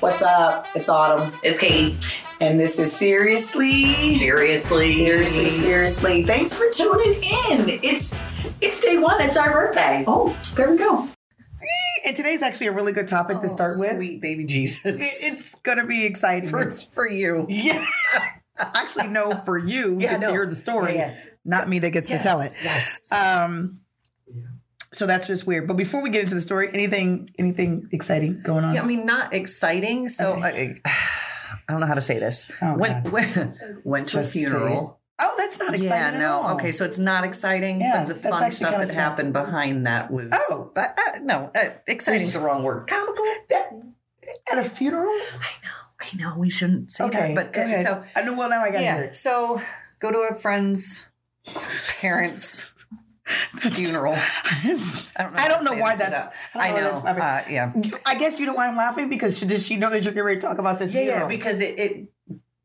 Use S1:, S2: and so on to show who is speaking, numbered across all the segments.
S1: What's up? It's Autumn,
S2: It's Katie.
S1: and this is Seriously.
S2: Seriously.
S1: Seriously, seriously. Thanks for tuning in. It's it's day one. It's our birthday.
S2: Oh, there we go.
S1: And today's actually a really good topic to start with.
S2: Oh, Sweet baby
S1: It-
S2: Jesus.
S1: It's gonna be exciting.
S2: First for you.
S1: Yeah. actually, no, for you
S2: Yeah,
S1: to
S2: no.
S1: hear the story,
S2: Yeah, yeah.
S1: not me that gets to tell it.
S2: Yes.
S1: Um. So that's just weird. But before we get into the story, anything anything exciting going on?
S2: Yeah, I mean, not exciting. So I, I don't know how to say this.
S1: Oh,
S2: went,
S1: God.
S2: went, went to a
S1: Just say
S2: funeral.
S1: Oh, that's not exciting.
S2: Yeah,
S1: at
S2: no.
S1: all.
S2: Okay, so it's not exciting,
S1: Yeah,
S2: but the
S1: that's
S2: fun
S1: actually
S2: stuff
S1: kinda
S2: that
S1: sad.
S2: happened behind that was.
S1: Oh.
S2: But uh, no, uh, exciting's the wrong word. Comical?
S1: That, at a funeral?
S2: I know we shouldn't say
S1: Okay,
S2: that. But
S1: go
S2: uh,
S1: ahead.
S2: so
S1: I know. Well, now I got
S2: yeah.
S1: it.
S2: So go to a friend's parents' funeral. I don't know.
S1: I
S2: how
S1: don't
S2: to
S1: know
S2: say
S1: why
S2: this
S1: that's-
S2: without- I
S1: I don't know
S2: know.
S1: why that's
S2: uh, yeah.
S1: I guess you know why I'm laughing because she, does she know that you're going to talk about this?
S2: Yeah, yeah.
S1: funeral?
S2: Because it, it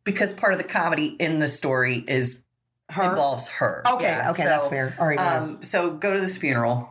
S2: because part of the comedy in the story is
S1: her.
S2: involves her.
S1: Okay,
S2: Yeah,
S1: okay,
S2: so,
S1: that's fair. All right, go ahead.
S2: Um, so go to this funeral.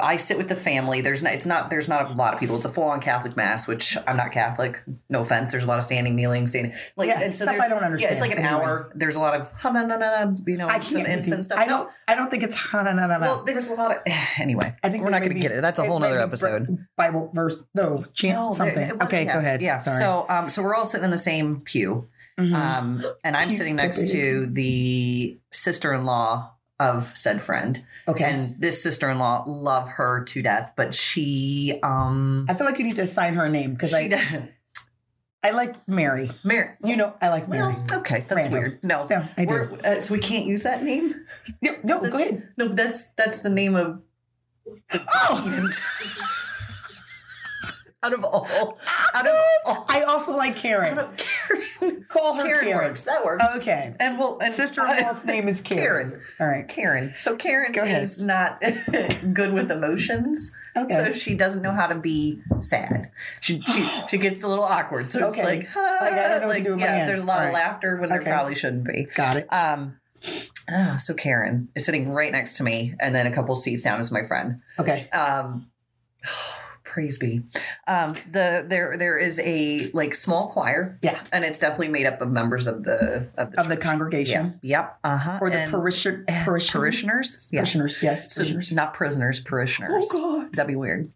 S2: I sit with the family. There's not. It's not. There's not a lot of people. It's a full on Catholic mass, which I'm not Catholic. No offense. There's a lot of standing, kneeling, standing. Like
S1: Yeah,
S2: and so
S1: stuff I
S2: there's,
S1: don't understand.
S2: Yeah, it's like an
S1: Anyway.
S2: hour. There's a lot of ha na na na. You know,
S1: I
S2: some
S1: can't.
S2: incense stuff.
S1: I
S2: No,
S1: don't. I don't think it's no, no, no, no.
S2: Well, there was a lot of anyway.
S1: I think they
S2: we're not going to
S1: maybe-
S2: get it. That's a
S1: it
S2: whole nother
S1: maybe
S2: episode.
S1: Bi- Bible verse, no chant
S2: No, there-
S1: something.
S2: it was-
S1: okay,
S2: yeah,
S1: go ahead.
S2: Yeah.
S1: Sorry.
S2: So, um, so we're all sitting in the same pew,
S1: Mhm.
S2: um, and I'm
S1: Pew,
S2: sitting next
S1: baby.
S2: to the sister-in-law of said friend,
S1: okay.
S2: and this sister-in-law love her to death, but she, um,
S1: I feel like you need to assign her a name because
S2: she,
S1: I, I like Mary.
S2: Mary.
S1: You know, I like Mary.
S2: Well, okay, that's
S1: Random.
S2: weird. No,
S1: No, I do.
S2: We're- uh, so we can't use that name.
S1: No, no
S2: This-
S1: go ahead.
S2: No, that's that's the name of
S1: Oh,
S2: out of all out of all.
S1: I also like Karen.
S2: Out of Karen.
S1: Call her
S2: Karen,
S1: Karen. Oh.
S2: works. That works.
S1: Okay.
S2: and well, and
S1: Sister-in-law's name is Karen.
S2: Karen.
S1: All right.
S2: Karen. So Karen
S1: Go ahead.
S2: is not good with emotions.
S1: Okay.
S2: So she doesn't know how to be sad. She she, she gets a little awkward. So
S1: Okay.
S2: it's like,
S1: Like, I don't know what to
S2: like,
S1: do with my
S2: yeah,
S1: hands.
S2: there's a lot
S1: All right.
S2: of laughter when
S1: Okay.
S2: there probably shouldn't be.
S1: Got it.
S2: Um ah, so Karen is sitting right next to me, and then a couple seats down is my friend.
S1: Okay.
S2: Um praise be. Um the there there is a like small choir.
S1: Yeah.
S2: And it's definitely made up of members of the of the,
S1: Of the
S2: yeah.
S1: congregation
S2: Yep. Uh-huh.
S1: or the
S2: And-
S1: parishioners. parishioners.
S2: parishioners. Yeah.
S1: Parishioners. Yes.
S2: So
S1: Parishioners.
S2: not prisoners, parishioners.
S1: Oh God.
S2: That'd be weird.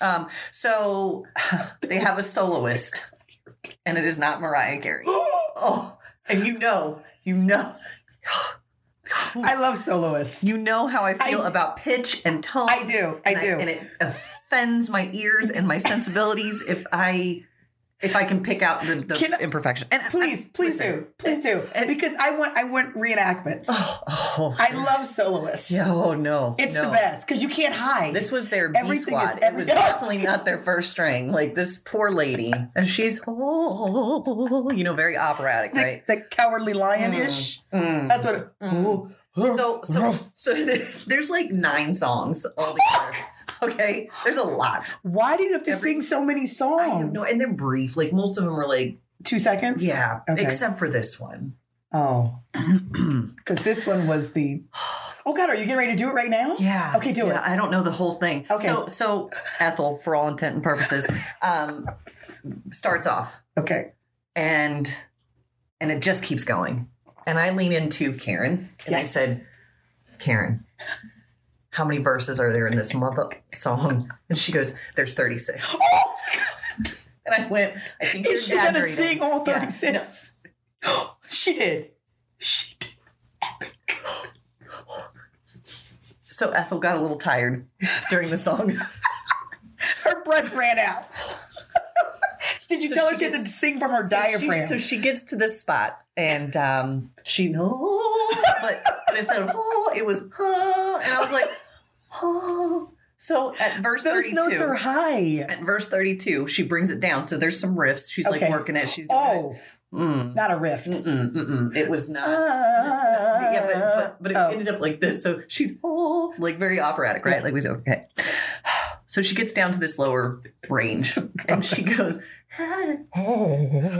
S2: Um, so they have a soloist, and it is not Mariah Carey. Oh, and you know, you know,
S1: I love soloists.
S2: you know how I feel
S1: I-
S2: about pitch and tone.
S1: I do. I
S2: and
S1: do.
S2: and it offends my ears and my sensibilities if I if I can pick out the, the
S1: Can I-
S2: imperfection. And I-
S1: please, please
S2: listen.
S1: do, please do, because I want, I want reenactments.
S2: Oh, oh,
S1: I love soloists.
S2: no, no,
S1: It's the
S2: no.
S1: best because you can't hide.
S2: This was their B
S1: Everything is
S2: squad. It
S1: every-
S2: was definitely not their first string. Like this poor lady, and she's oh, you know, very operatic,
S1: the,
S2: right?
S1: the cowardly lion ish.
S2: Mm.
S1: That's what. It,
S2: Mm.
S1: Ooh,
S2: So, so,
S1: ruff.
S2: so there- there's like nine songs all together. Okay, there's a lot.
S1: why do you have to
S2: every-
S1: sing so many
S2: I have
S1: songs?
S2: no, and they're brief. Like most of them are like,
S1: Two seconds.
S2: yeah,
S1: Okay.
S2: except for this one.
S1: Oh, because this one was the. Oh God, are you getting ready to do it right now?
S2: Yeah.
S1: Okay, do
S2: yeah, I don't know the whole thing.
S1: Okay.
S2: So, so Ethel, for all intent and purposes, um, starts off
S1: it. Okay.
S2: and and it just keeps going. And I lean into Karen and I
S1: Yes.
S2: said, Karen, how many verses are there in this mother song? And she goes, There's 36.
S1: Oh,
S2: And I went, I think you're
S1: is she gonna
S2: exaggerating.
S1: sing all
S2: Yeah,
S1: thirty six? She did. She did.
S2: no. So Ethel got a little tired during the song.
S1: Her breath ran out. Did you
S2: So
S1: tell
S2: she
S1: her she had to
S2: gets-
S1: sing from her diaphragm?
S2: So she, so she gets to this spot and um, she knows, but, but instead of oh, it was oh, and I was like, oh. So at verse
S1: Those
S2: 32,
S1: notes are high.
S2: at verse 32, she brings it down. So there's some riffs. She's
S1: Okay.
S2: like working it. She's doing
S1: Oh,
S2: it. Mm,
S1: not a riff.
S2: mm-mm, mm-mm. It was not. yeah, but,
S1: Ah.
S2: but, but it
S1: Oh.
S2: ended up like this. So she's oh, like very operatic, right? Like we said, okay. So she gets down to this lower range and she goes,
S1: Oh.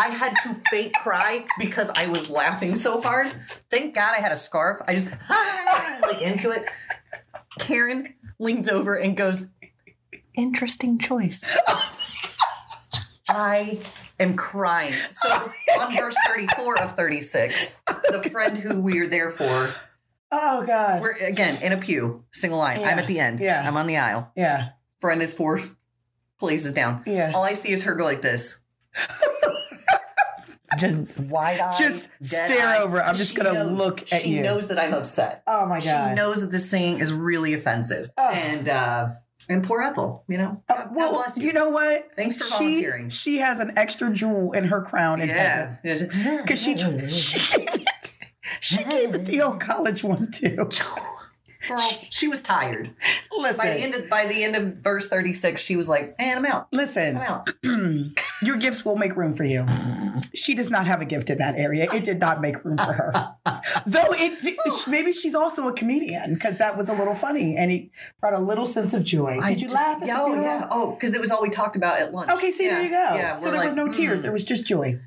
S2: I had to fake cry because I was laughing so hard. Thank God I had a scarf. I just like into it. Karen leans over and goes, Interesting choice. I am crying. So on verse 34 of 36, the friend who we are there for,
S1: Oh God.
S2: we're again in a pew, single line. I'm
S1: Yeah.
S2: at the end.
S1: Yeah.
S2: I'm on the aisle.
S1: yeah.
S2: Friend is fourth, places down.
S1: Yeah.
S2: All I see is her go like this. just wide eyed.
S1: Just stare over. I'm just gonna look at you.
S2: She knows that I'm upset.
S1: Oh my God.
S2: She knows that this saying is really offensive.
S1: Oh.
S2: And uh and poor Ethel, you know.
S1: Uh,
S2: God- God
S1: well,
S2: bless
S1: you. know what?
S2: Thanks for
S1: She-
S2: volunteering.
S1: She, has an extra jewel in her crown in
S2: yeah.
S1: heaven because she she gave it. She gave it the old college one too.
S2: Girl, she was tired.
S1: Listen,
S2: By the end of by the end of verse 36, she was like, "Man, I'm out. I'm
S1: listen.
S2: out."
S1: Your gifts will make room for you. She does not have a gift in that area. It did not make room for her. Though it di- maybe she's also a comedian because that was a little funny and it brought a little sense of joy.
S2: I
S1: did you
S2: just-
S1: laugh at
S2: yeah,
S1: the
S2: oh,
S1: funeral?
S2: yeah. Oh, because it was all we talked about at lunch.
S1: Okay, see there
S2: Yeah,
S1: you go.
S2: Yeah,
S1: so
S2: we're
S1: there was
S2: like,
S1: no tears.
S2: mm.
S1: There was just joy.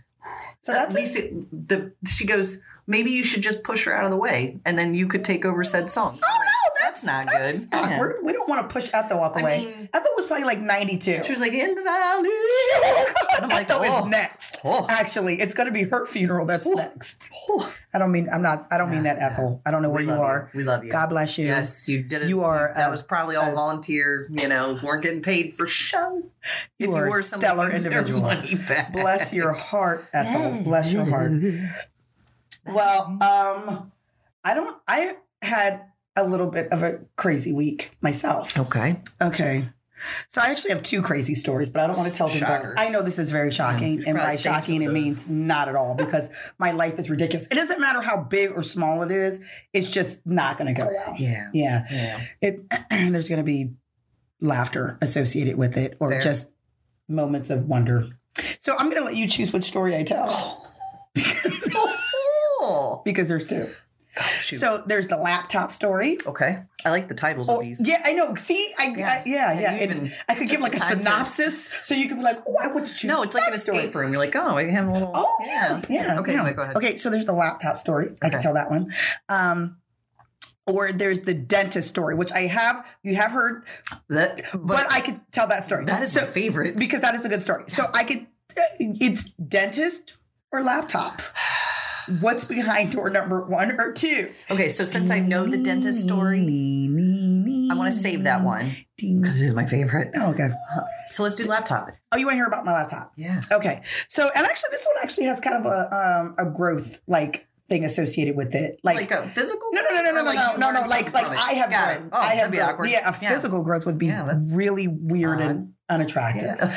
S1: So
S2: At
S1: that's
S2: least it, the she goes. Maybe you should just push her out of the way, and then you could take over said song. Oh no, that's, not good. Yeah.
S1: awkward. We don't want to push Ethel off the
S2: I
S1: way.
S2: mean-
S1: Ethel was probably like 92.
S2: She was like, "In the valley." And I'm like,
S1: Ethel
S2: oh,
S1: is next.
S2: oh,
S1: Actually, it's going to be her funeral that's next.
S2: oh.
S1: I don't mean I'm not. I don't mean that Ethel. I don't know where
S2: We
S1: you
S2: love
S1: are.
S2: We love you.
S1: God bless you.
S2: Yes, you did it.
S1: You are,
S2: That
S1: uh,
S2: was probably all
S1: uh,
S2: volunteer. You know, weren't getting paid for show.
S1: You are a
S2: somebody
S1: stellar
S2: who earned
S1: individual.
S2: Money back.
S1: Bless your heart, Ethel. Bless your heart.
S2: Mm-hmm.
S1: Well, um, I don't. I had a little bit of a crazy week myself.
S2: Okay.
S1: Okay. So I actually have two crazy stories, but I don't want to tell them both.
S2: Shocker.
S1: I know this is very shocking, and by
S2: Probably save some
S1: shocking it
S2: of
S1: means not at all because my life is ridiculous. It doesn't matter how big or small it is; it's just not going to go well.
S2: Yeah.
S1: Yeah,
S2: Yeah.
S1: it, there's going to be laughter associated with it, or
S2: Fair.
S1: just moments of wonder. So I'm going to let you choose which story I tell because,
S2: Oh.
S1: because there's two.
S2: Shoot.
S1: So there's the laptop story.
S2: okay. I like the titles
S1: Oh,
S2: of these.
S1: yeah, I know. See, I
S2: Yeah.
S1: I- yeah, yeah.
S2: you
S1: It-
S2: even
S1: I could give
S2: took
S1: like a
S2: the time to-
S1: synopsis, so you could be like, "Oh, I want to choose."
S2: No, it's like
S1: that
S2: an
S1: story."
S2: escape room. You're like, oh, I have a little.
S1: Oh yeah, yeah.
S2: Okay,
S1: yeah.
S2: wait, go ahead.
S1: Okay, so there's the laptop story. I can
S2: Okay.
S1: tell that one. Um, or there's the dentist story, which I have you have heard,
S2: That, but,
S1: but, I could tell that story.
S2: that is
S1: so
S2: my favorite.
S1: because that is a good story. So I could. uh, It's dentist or laptop. What's behind door number one or two?
S2: okay, so since I know the dentist story, I want to save that one
S1: Ding.
S2: because it is my favorite.
S1: Oh, okay.
S2: So let's do laptop.
S1: Oh, you want to hear about my laptop?
S2: Yeah.
S1: Okay. So, and actually, this one actually has kind of a um, a growth like thing associated with it. Like,
S2: Like a physical.
S1: no, no, no, no, no, no,
S2: growth or like
S1: no,
S2: you
S1: no,
S2: learn
S1: no. Like,
S2: something
S1: like
S2: from it?
S1: I have
S2: Got
S1: grown.
S2: it. Oh,
S1: I have
S2: that'd be
S1: grown.
S2: awkward.
S1: Yeah, a physical growth would be
S2: Yeah, that's
S1: really weird and unattractive.
S2: Yeah.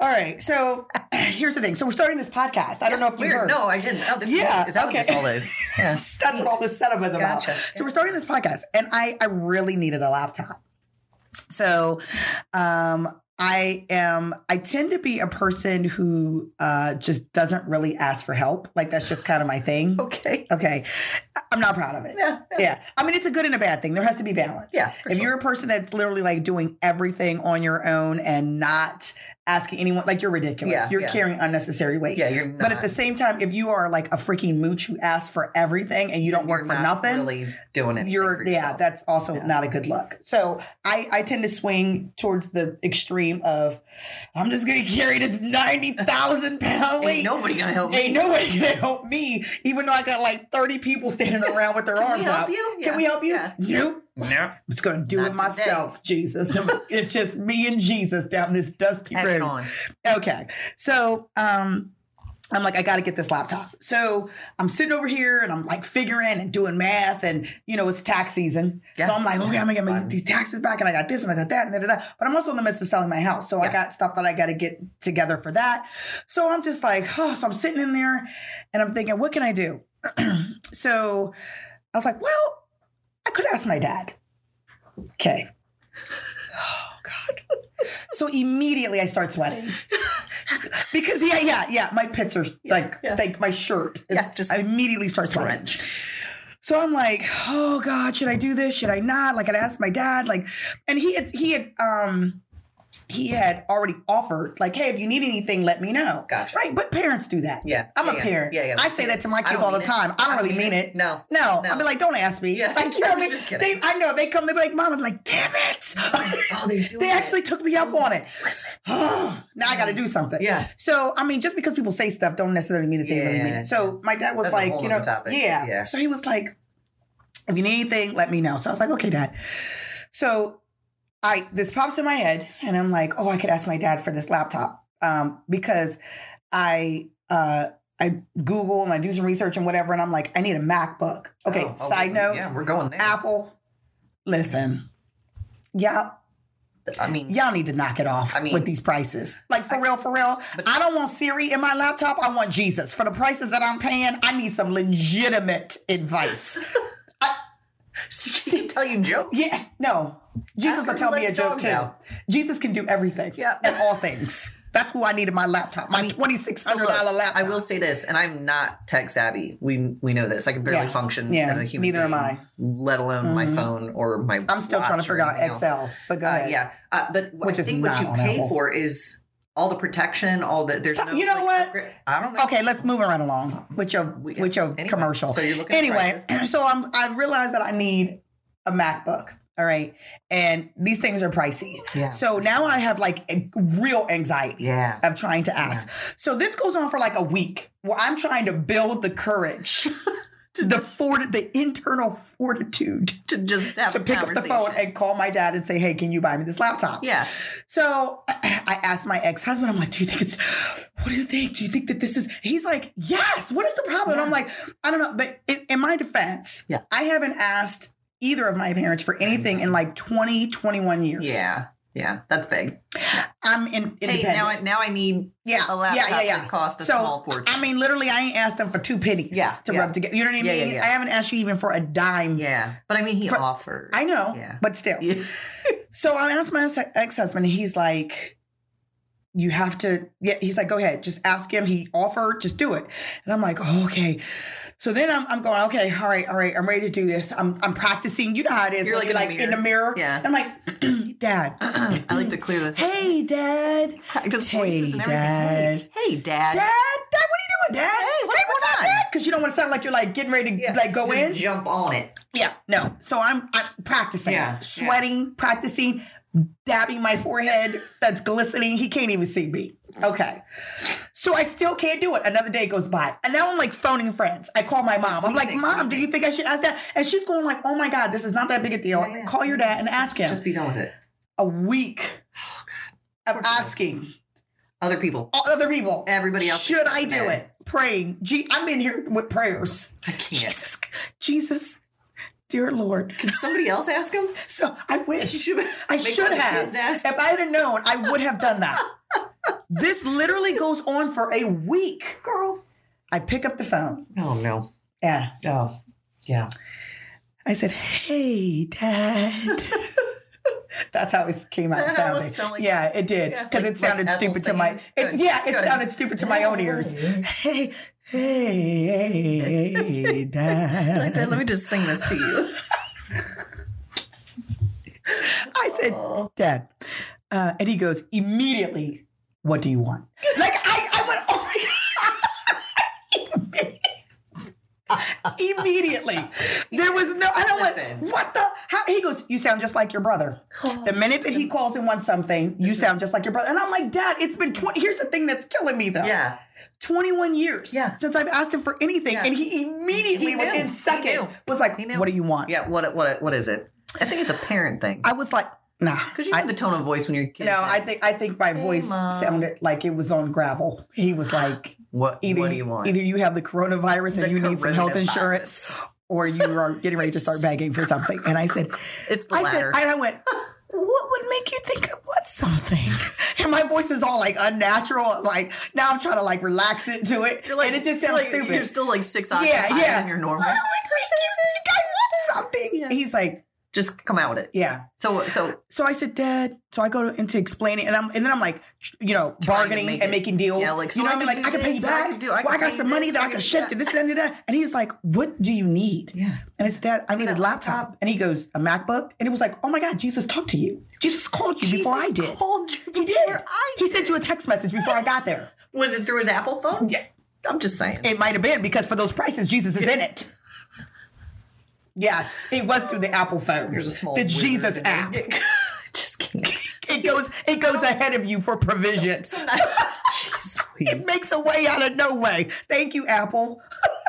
S1: All right. So, here's the thing. So, we're starting this podcast. I don't know if you
S2: Weird.
S1: heard.
S2: No, I didn't. Oh, this
S1: Yeah,
S2: is, is that what
S1: okay.
S2: this all is? Yeah.
S1: That's what all this setup is about.
S2: Gotcha.
S1: So we're starting this podcast, and I I really needed a laptop. So, um, I am I tend to be a person who uh, just doesn't really ask for help. Like that's just kind of my thing.
S2: Okay.
S1: Okay, I- I'm not proud of it.
S2: Yeah.
S1: Yeah, I mean it's a good and a bad thing. There has to be balance.
S2: Yeah,
S1: if
S2: for sure.
S1: you're a person that's literally like doing everything on your own and not asking anyone, like you're ridiculous.
S2: Yeah,
S1: you're
S2: yeah.
S1: carrying unnecessary weight.
S2: Yeah, you're not.
S1: But at the same time, if you are like a freaking mooch who asks for everything and you don't work
S2: you're
S1: for
S2: not
S1: nothing,
S2: Really doing it.
S1: you're
S2: for
S1: yeah,
S2: yourself.
S1: that's also not a good look. So I I tend to swing towards the extreme of I'm just gonna carry this ninety thousand pound weight.
S2: Ain't nobody gonna help me.
S1: Ain't nobody gonna help me, even though I got like thirty people standing around with their
S2: Can
S1: arms
S2: we help
S1: out.
S2: you?
S1: Can
S2: Yeah.
S1: we help you?
S2: Yeah.
S1: Nope.
S2: No.
S1: I'm just gonna do
S2: Not
S1: it
S2: today.
S1: myself, Jesus. it's just me and Jesus down this dusty
S2: Pack it
S1: road.
S2: on.
S1: Okay. So, um, I'm like, I got to get this laptop. So I'm sitting over here and I'm like figuring and doing math and, you know, it's tax season.
S2: Yeah.
S1: So I'm like, okay, I'm going to get my, these taxes back and I got this and I got that and da, da, da. But I'm also in the midst of selling my house. So I
S2: Yeah.
S1: got stuff that I got to get together for that. So I'm just like, oh, so I'm sitting in there and I'm thinking, what can I do? so I was like, well, I could ask my dad. Okay. Oh God. So immediately I start sweating. Because yeah, yeah, yeah, my pits are like
S2: yeah.
S1: like my shirt. Is,
S2: Yeah, just
S1: I immediately start sweating. So I'm like, oh God, should I do this? Should I not? Like I asked my dad, like, and he had, he had um he had already offered, like, hey, if you need anything, let me know.
S2: Gotcha.
S1: Right. But parents do that.
S2: Yeah.
S1: I'm
S2: Yeah,
S1: a
S2: yeah.
S1: parent.
S2: Yeah, yeah.
S1: I say that to my
S2: I
S1: kids
S2: don't
S1: all the
S2: mean it.
S1: time. I don't really mean it.
S2: No.
S1: No,
S2: No.
S1: I'll be like, don't ask me.
S2: Yeah.
S1: Like, you know,
S2: I'm
S1: they,
S2: just
S1: they,
S2: kidding.
S1: I know they come, they be like, mom, I'm like, damn it.
S2: Oh, they're doing
S1: they actually
S2: it.
S1: took me up on it. now I got to do something.
S2: Yeah.
S1: So I mean, just because people say stuff, don't necessarily mean that they really mean
S2: Yeah.
S1: it. So my dad was
S2: That's a
S1: like,
S2: whole
S1: you know,
S2: nother topic.
S1: yeah.
S2: Yeah.
S1: So he was like, if you need anything, let me know. So I was like, okay, dad. So I this pops in my head, and I'm like, oh, I could ask my dad for this laptop um, because I. Uh, I Google and I do some research and whatever, and I'm like, I need a MacBook. Okay,
S2: Oh, oh,
S1: side note,
S2: Yeah, we're going there.
S1: Apple, listen, yeah,
S2: I mean,
S1: y'all need to knock it off
S2: I mean-
S1: with these prices. Like for real, for real.
S2: But-
S1: I don't want Siri in my laptop. I want Jesus. For the prices that I'm paying, I need some legitimate advice.
S2: she can tell you jokes.
S1: yeah, no. Jesus
S2: Ask
S1: will
S2: her
S1: tell
S2: to
S1: me
S2: let
S1: a
S2: the
S1: joke
S2: dogs
S1: too.
S2: out.
S1: Jesus can do everything.
S2: Yeah.
S1: And all things. That's who I need in my laptop. My
S2: mean,
S1: twenty six
S2: So
S1: hundred
S2: look,
S1: dollar laptop.
S2: I will say this, and I'm not tech savvy. We we know this. I can barely
S1: Yeah.
S2: function
S1: Yeah,
S2: as a human.
S1: neither am
S2: being,
S1: I. Mm-hmm.
S2: Let alone my phone or my.
S1: I'm still trying to
S2: watch or
S1: figure out
S2: anything else.
S1: Excel. But go
S2: Uh,
S1: ahead.
S2: yeah, uh, but what
S1: Which
S2: I
S1: is
S2: think what
S1: not
S2: you
S1: on
S2: pay
S1: Apple.
S2: for is all the protection, all the there's
S1: Stop-
S2: no.
S1: you know
S2: like,
S1: what?
S2: upgrade- I don't know.
S1: Okay, let's move right along with your
S2: We-
S1: with your
S2: anyway,
S1: commercial.
S2: so you're looking at
S1: anyway. So I'm I realized that I need a MacBook. All right, and these things are pricey.
S2: Yeah.
S1: So now I have like a real anxiety
S2: Yeah.
S1: of trying to ask. So this goes on for like a week where I'm trying to build the courage, the fort, the internal fortitude
S2: To just have
S1: to
S2: a
S1: pick up the phone
S2: conversation.
S1: and call my dad and say, "Hey, can you buy me this laptop?"
S2: yeah,
S1: So I asked my ex husband, I'm like, do you think it's, what do you think? Do you think that this is, he's like, yes, what is the problem? I'm like, I don't know. But in, in my defense,
S2: Yeah.
S1: I haven't asked either of my parents for anything in like 20, 21 years.
S2: yeah, yeah. That's big.
S1: I'm in,
S2: Hey,
S1: independent.
S2: now I now I need
S1: yeah.
S2: a laptop
S1: yeah, yeah, yeah.
S2: that cost a
S1: so,
S2: small fortune.
S1: I mean, literally, I ain't asked them for two pennies
S2: Yeah,
S1: to
S2: yeah.
S1: rub together. You know what I mean?
S2: Yeah, yeah, yeah.
S1: I haven't asked you even for a dime.
S2: yeah, but I mean he
S1: For-
S2: offered.
S1: I know,
S2: Yeah.
S1: but still.
S2: Yeah.
S1: So I asked my ex husband, and he's like, "You have to." Yeah, he's like, "Go ahead, just ask him." He offered, just do it. And I'm like, oh, "Okay." So then I'm, I'm going, "Okay, all right, all right, I'm ready to do this. I'm I'm practicing. You know how it is.
S2: You're,
S1: when
S2: like, in the
S1: in the mirror.
S2: Yeah.
S1: And I'm like, "Dad,
S2: I like the clear. the-
S1: hey, Dad,
S2: just
S1: hey,
S2: voices and everything. Hey, hey, dad.
S1: Dad, Dad, what are you doing, Dad?
S2: Hey, what's going on?
S1: Because you don't want to sound like you're like getting ready to
S2: Yeah,
S1: like go
S2: just
S1: in.
S2: jump on it.
S1: Yeah, no. So I'm, I'm practicing,
S2: Yeah,
S1: sweating, practicing, dabbing my forehead that's glistening. He can't even see me. Okay. So I still can't do it. Another day goes by. And now I'm like phoning friends. I call my mom. I'm
S2: do you
S1: like,
S2: think?
S1: Mom, do you think I should ask that? And she's going like, Oh my God, this is not that big a deal.
S2: Yeah, yeah.
S1: Call your dad and ask him.
S2: Just Oh, be done with it.
S1: a week of
S2: course it is.
S1: asking
S2: Other people.
S1: all other people.
S2: Everybody else
S1: Should
S2: except
S1: I
S2: the
S1: do
S2: man.
S1: it? Praying. Gee, I'm in here with prayers.
S2: I can't.
S1: Jesus, Jesus, dear Lord.
S2: Did somebody else ask him?
S1: So I wish.
S2: should,
S1: I
S2: make
S1: should
S2: other
S1: have.
S2: kids ask.
S1: If I had known, I would have done that. this literally goes on for a week.
S2: Girl.
S1: I pick up the phone.
S2: No, no.
S1: Yeah.
S2: Oh, yeah.
S1: I said, hey, dad. That's how it came out.
S2: Is that how it
S1: sounded.
S2: was sounding?
S1: yeah, it did.
S2: Yeah,
S1: Because
S2: like-
S1: it sounded
S2: like Ethel
S1: stupid to my
S2: singing?
S1: it,
S2: Good,
S1: yeah, it
S2: good.
S1: sounded stupid to my own ears. Hey, hey, hey, dad.
S2: Let me just sing this to you.
S1: I said, Dad. Uh, and he goes, immediately, what do you want? Like, I, I went, oh my God. immediately. There was no, I don't
S2: Listen. Oh.
S1: want, what the? How? He goes, you sound just like your brother. The minute that he calls and wants something, you sound just like your brother. And I'm like, Dad, it's been 20, here's the thing that's killing me though.
S2: Yeah.
S1: 21 years
S2: Yeah.
S1: since I've asked him for anything.
S2: Yeah.
S1: And he immediately,
S2: He knew.
S1: within
S2: He
S1: seconds,
S2: knew.
S1: was like,
S2: He knew.
S1: what do you want?
S2: Yeah. What, what, what is it? I think it's a parent thing.
S1: I was like, nah.
S2: Because you
S1: I-
S2: have the tone of voice when your kids.
S1: No, I think I think my voice
S2: Mom.
S1: sounded like it was on gravel. He was like,
S2: What,
S1: either
S2: what do you want?
S1: either you have the coronavirus
S2: The
S1: and you need some health
S2: coronavirus.
S1: insurance, or you are getting ready to start begging for something. And I said,
S2: It's the
S1: I
S2: latter.
S1: said, and I went, what would make you think I want something? And my voice is all like unnatural. Like now I'm trying to like relax it to it,
S2: You're like,
S1: and it just
S2: you're
S1: sounds
S2: like-
S1: stupid.
S2: You're still like six octaves
S1: yeah,
S2: higher
S1: yeah.
S2: than your normal.
S1: What would make you think I want something?
S2: Yeah.
S1: He's like,
S2: Just come out with it.
S1: yeah.
S2: So, so
S1: So I said, Dad. So I go to, into explaining, and I'm and then I'm like, tr- you know,
S2: Trying to
S1: bargaining
S2: make
S1: and
S2: it-
S1: making deals.
S2: Yeah, like,
S1: you know
S2: so
S1: what I
S2: I
S1: mean?
S2: could
S1: Like I
S2: do
S1: can pay you
S2: this, so I
S1: back.
S2: could do- I
S1: well, I got
S2: could pay
S1: some
S2: this,
S1: money that
S2: I
S1: I
S2: could-
S1: can shift to this and that. And he's like, What do you need?
S2: yeah.
S1: And I said, Dad, I need a
S2: That
S1: laptop. And he goes, A MacBook. And it was like, Oh my God, Jesus, talk to you. Jesus called you before I did.
S2: Called you
S1: he did.
S2: before I
S1: He sent you a text message before I got there.
S2: Was it through his Apple phone?
S1: Yeah.
S2: I'm just saying.
S1: It might have been because for those prices, Jesus is in it. Yes, it was through the Apple phone.
S2: There's a small
S1: the
S2: wizard
S1: Jesus
S2: in there.
S1: app.
S2: just kidding.
S1: It goes it goes ahead of you for provision.
S2: So now- Jeez
S1: It
S2: Louise.
S1: makes a way out of no way. Thank you, Apple.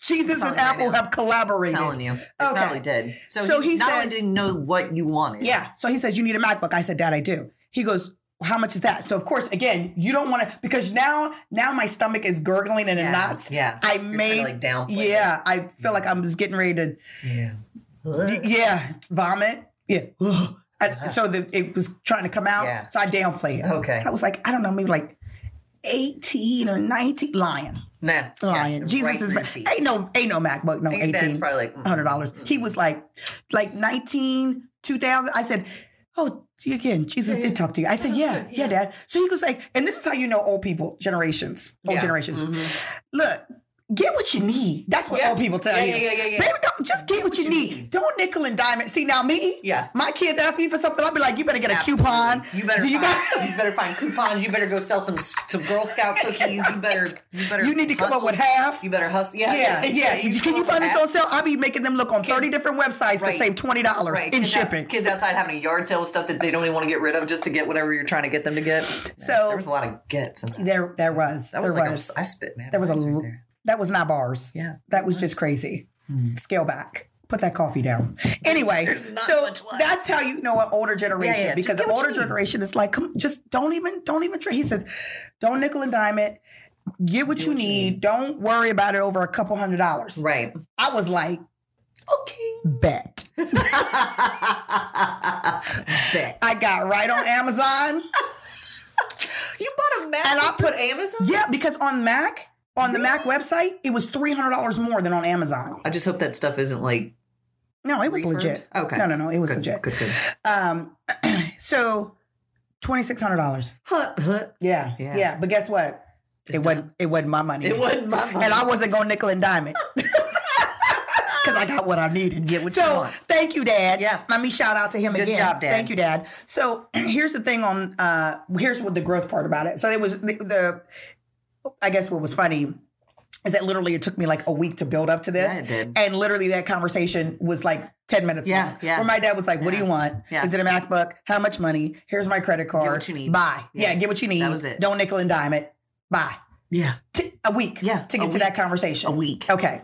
S1: Jesus
S2: I'm
S1: and
S2: telling you right
S1: Apple
S2: now.
S1: have collaborated.
S2: I'm telling you, it
S1: Okay.
S2: probably did. So,
S1: So
S2: he,
S1: he
S2: not
S1: says-
S2: only did he know what you wanted,
S1: Yeah. So he says, You need a MacBook. I said, Dad, I do. He goes, "Well, How much is that? So of course, again, you don't want to because now now my stomach is gurgling and
S2: Yeah,
S1: in knots.
S2: yeah.
S1: I
S2: You're trying to,
S1: made
S2: like, downplay it.
S1: Yeah. I feel like I'm just getting ready to
S2: yeah,
S1: Y- yeah, vomit. Yeah. Ugh. I- so the, it was trying to come out.
S2: Uh-huh. Yeah.
S1: So I downplayed it.
S2: Okay.
S1: I was like, I don't know, maybe like 18 or 19. Lying.
S2: nah,
S1: Lying.
S2: yeah,
S1: Oh, Jesus
S2: right
S1: is
S2: through the teeth.
S1: ain't no ain't no MacBook, no
S2: Your dad's
S1: 18.
S2: probably like, mm,
S1: hundred dollars. He was like like 19, 2000. I said, Oh, gee, again, Jesus did talk to you. I said, yeah, yeah, dad. So he was like, and this is how you know old people, generations, old
S2: Yeah. mm-hmm.
S1: generations. Look, get what you need. That's what
S2: Yeah.
S1: old people tell
S2: Yeah,
S1: you.
S2: yeah, yeah, yeah, yeah.
S1: Baby, don't, just get, what, you, need. Don't nickel and dime it. See, now me,
S2: Yeah.
S1: my kids ask me for something, I'll be like, you better get
S2: Absolutely.
S1: a coupon.
S2: You better
S1: Do you,
S2: find,
S1: got-
S2: you better find coupons. You better go sell some some Girl Scout cookies. You better you better
S1: You need to come up
S2: hustle.
S1: with half.
S2: You better hustle. Yeah,
S1: Yeah, yeah. Can
S2: come
S1: you
S2: up with
S1: find this
S2: half.
S1: on sale? I'll be making them look on 30 different websites
S2: Right.
S1: to save $20
S2: Right,
S1: in
S2: kids out-
S1: shipping.
S2: kids outside having a yard sale with stuff that they don't even want to get rid of just to get whatever you're trying to get them to get.
S1: So-
S2: there was a lot of gets. In that.
S1: There, there was.
S2: That was
S1: there
S2: like
S1: was.
S2: A, I spit, man.
S1: There was a
S2: Right
S1: l-
S2: there.
S1: that was not bars.
S2: Yeah, Hmm.
S1: that was just crazy. Scale back. Put that coffee down. Anyway,
S2: not
S1: so
S2: much left.
S1: that's how you know an older generation
S2: yeah, just
S1: because
S2: get
S1: the
S2: what
S1: older
S2: you need.
S1: generation is like, come, just don't even, don't even try. He says, don't nickel and dime it. Get what, you,
S2: what you
S1: need. Don't worry about it over a couple hundred dollars.
S2: Right.
S1: I was like,
S2: Okay.
S1: bet.
S2: Bet.
S1: I got right on Amazon.
S2: You bought a Mac
S1: And I
S2: put Amazon.
S1: yeah, because on Mac, on the Mac website, it was three hundred dollars more than on Amazon.
S2: I just hope that stuff isn't like
S1: No, it was
S2: Refund?
S1: legit.
S2: Okay.
S1: No, no, no, it was
S2: good,
S1: legit.
S2: good, good.
S1: Um, so twenty six hundred dollars.
S2: Huh, huh.
S1: Yeah,
S2: Yeah.
S1: yeah, But guess what?
S2: It's
S1: it wasn't. It wasn't my money.
S2: It wasn't my money.
S1: and I wasn't going nickel and dime it because I got what I needed.
S2: Get what you
S1: so
S2: want.
S1: thank you, Dad.
S2: Yeah.
S1: Let me shout out to him
S2: Good
S1: again.
S2: job, Dad.
S1: Thank you, Dad. So here's the thing on. uh Here's what the growth part about it. So it was the. the I guess what was funny is that literally it took me like a week to build up to this.
S2: Yeah, it did.
S1: And literally that conversation was like 10 minutes
S2: Yeah,
S1: long.
S2: yeah.
S1: Where my dad was like, What do
S2: Yeah.
S1: you want?
S2: Yeah.
S1: Is it a MacBook? How much money? Here's my credit card.
S2: what you need.
S1: Bye.
S2: Yeah.
S1: Yeah, get what you need.
S2: was it.
S1: Don't nickel and dime it. Bye.
S2: yeah.
S1: T- a week.
S2: Yeah,
S1: To
S2: a
S1: get to
S2: week.
S1: that conversation.
S2: A week.
S1: Okay.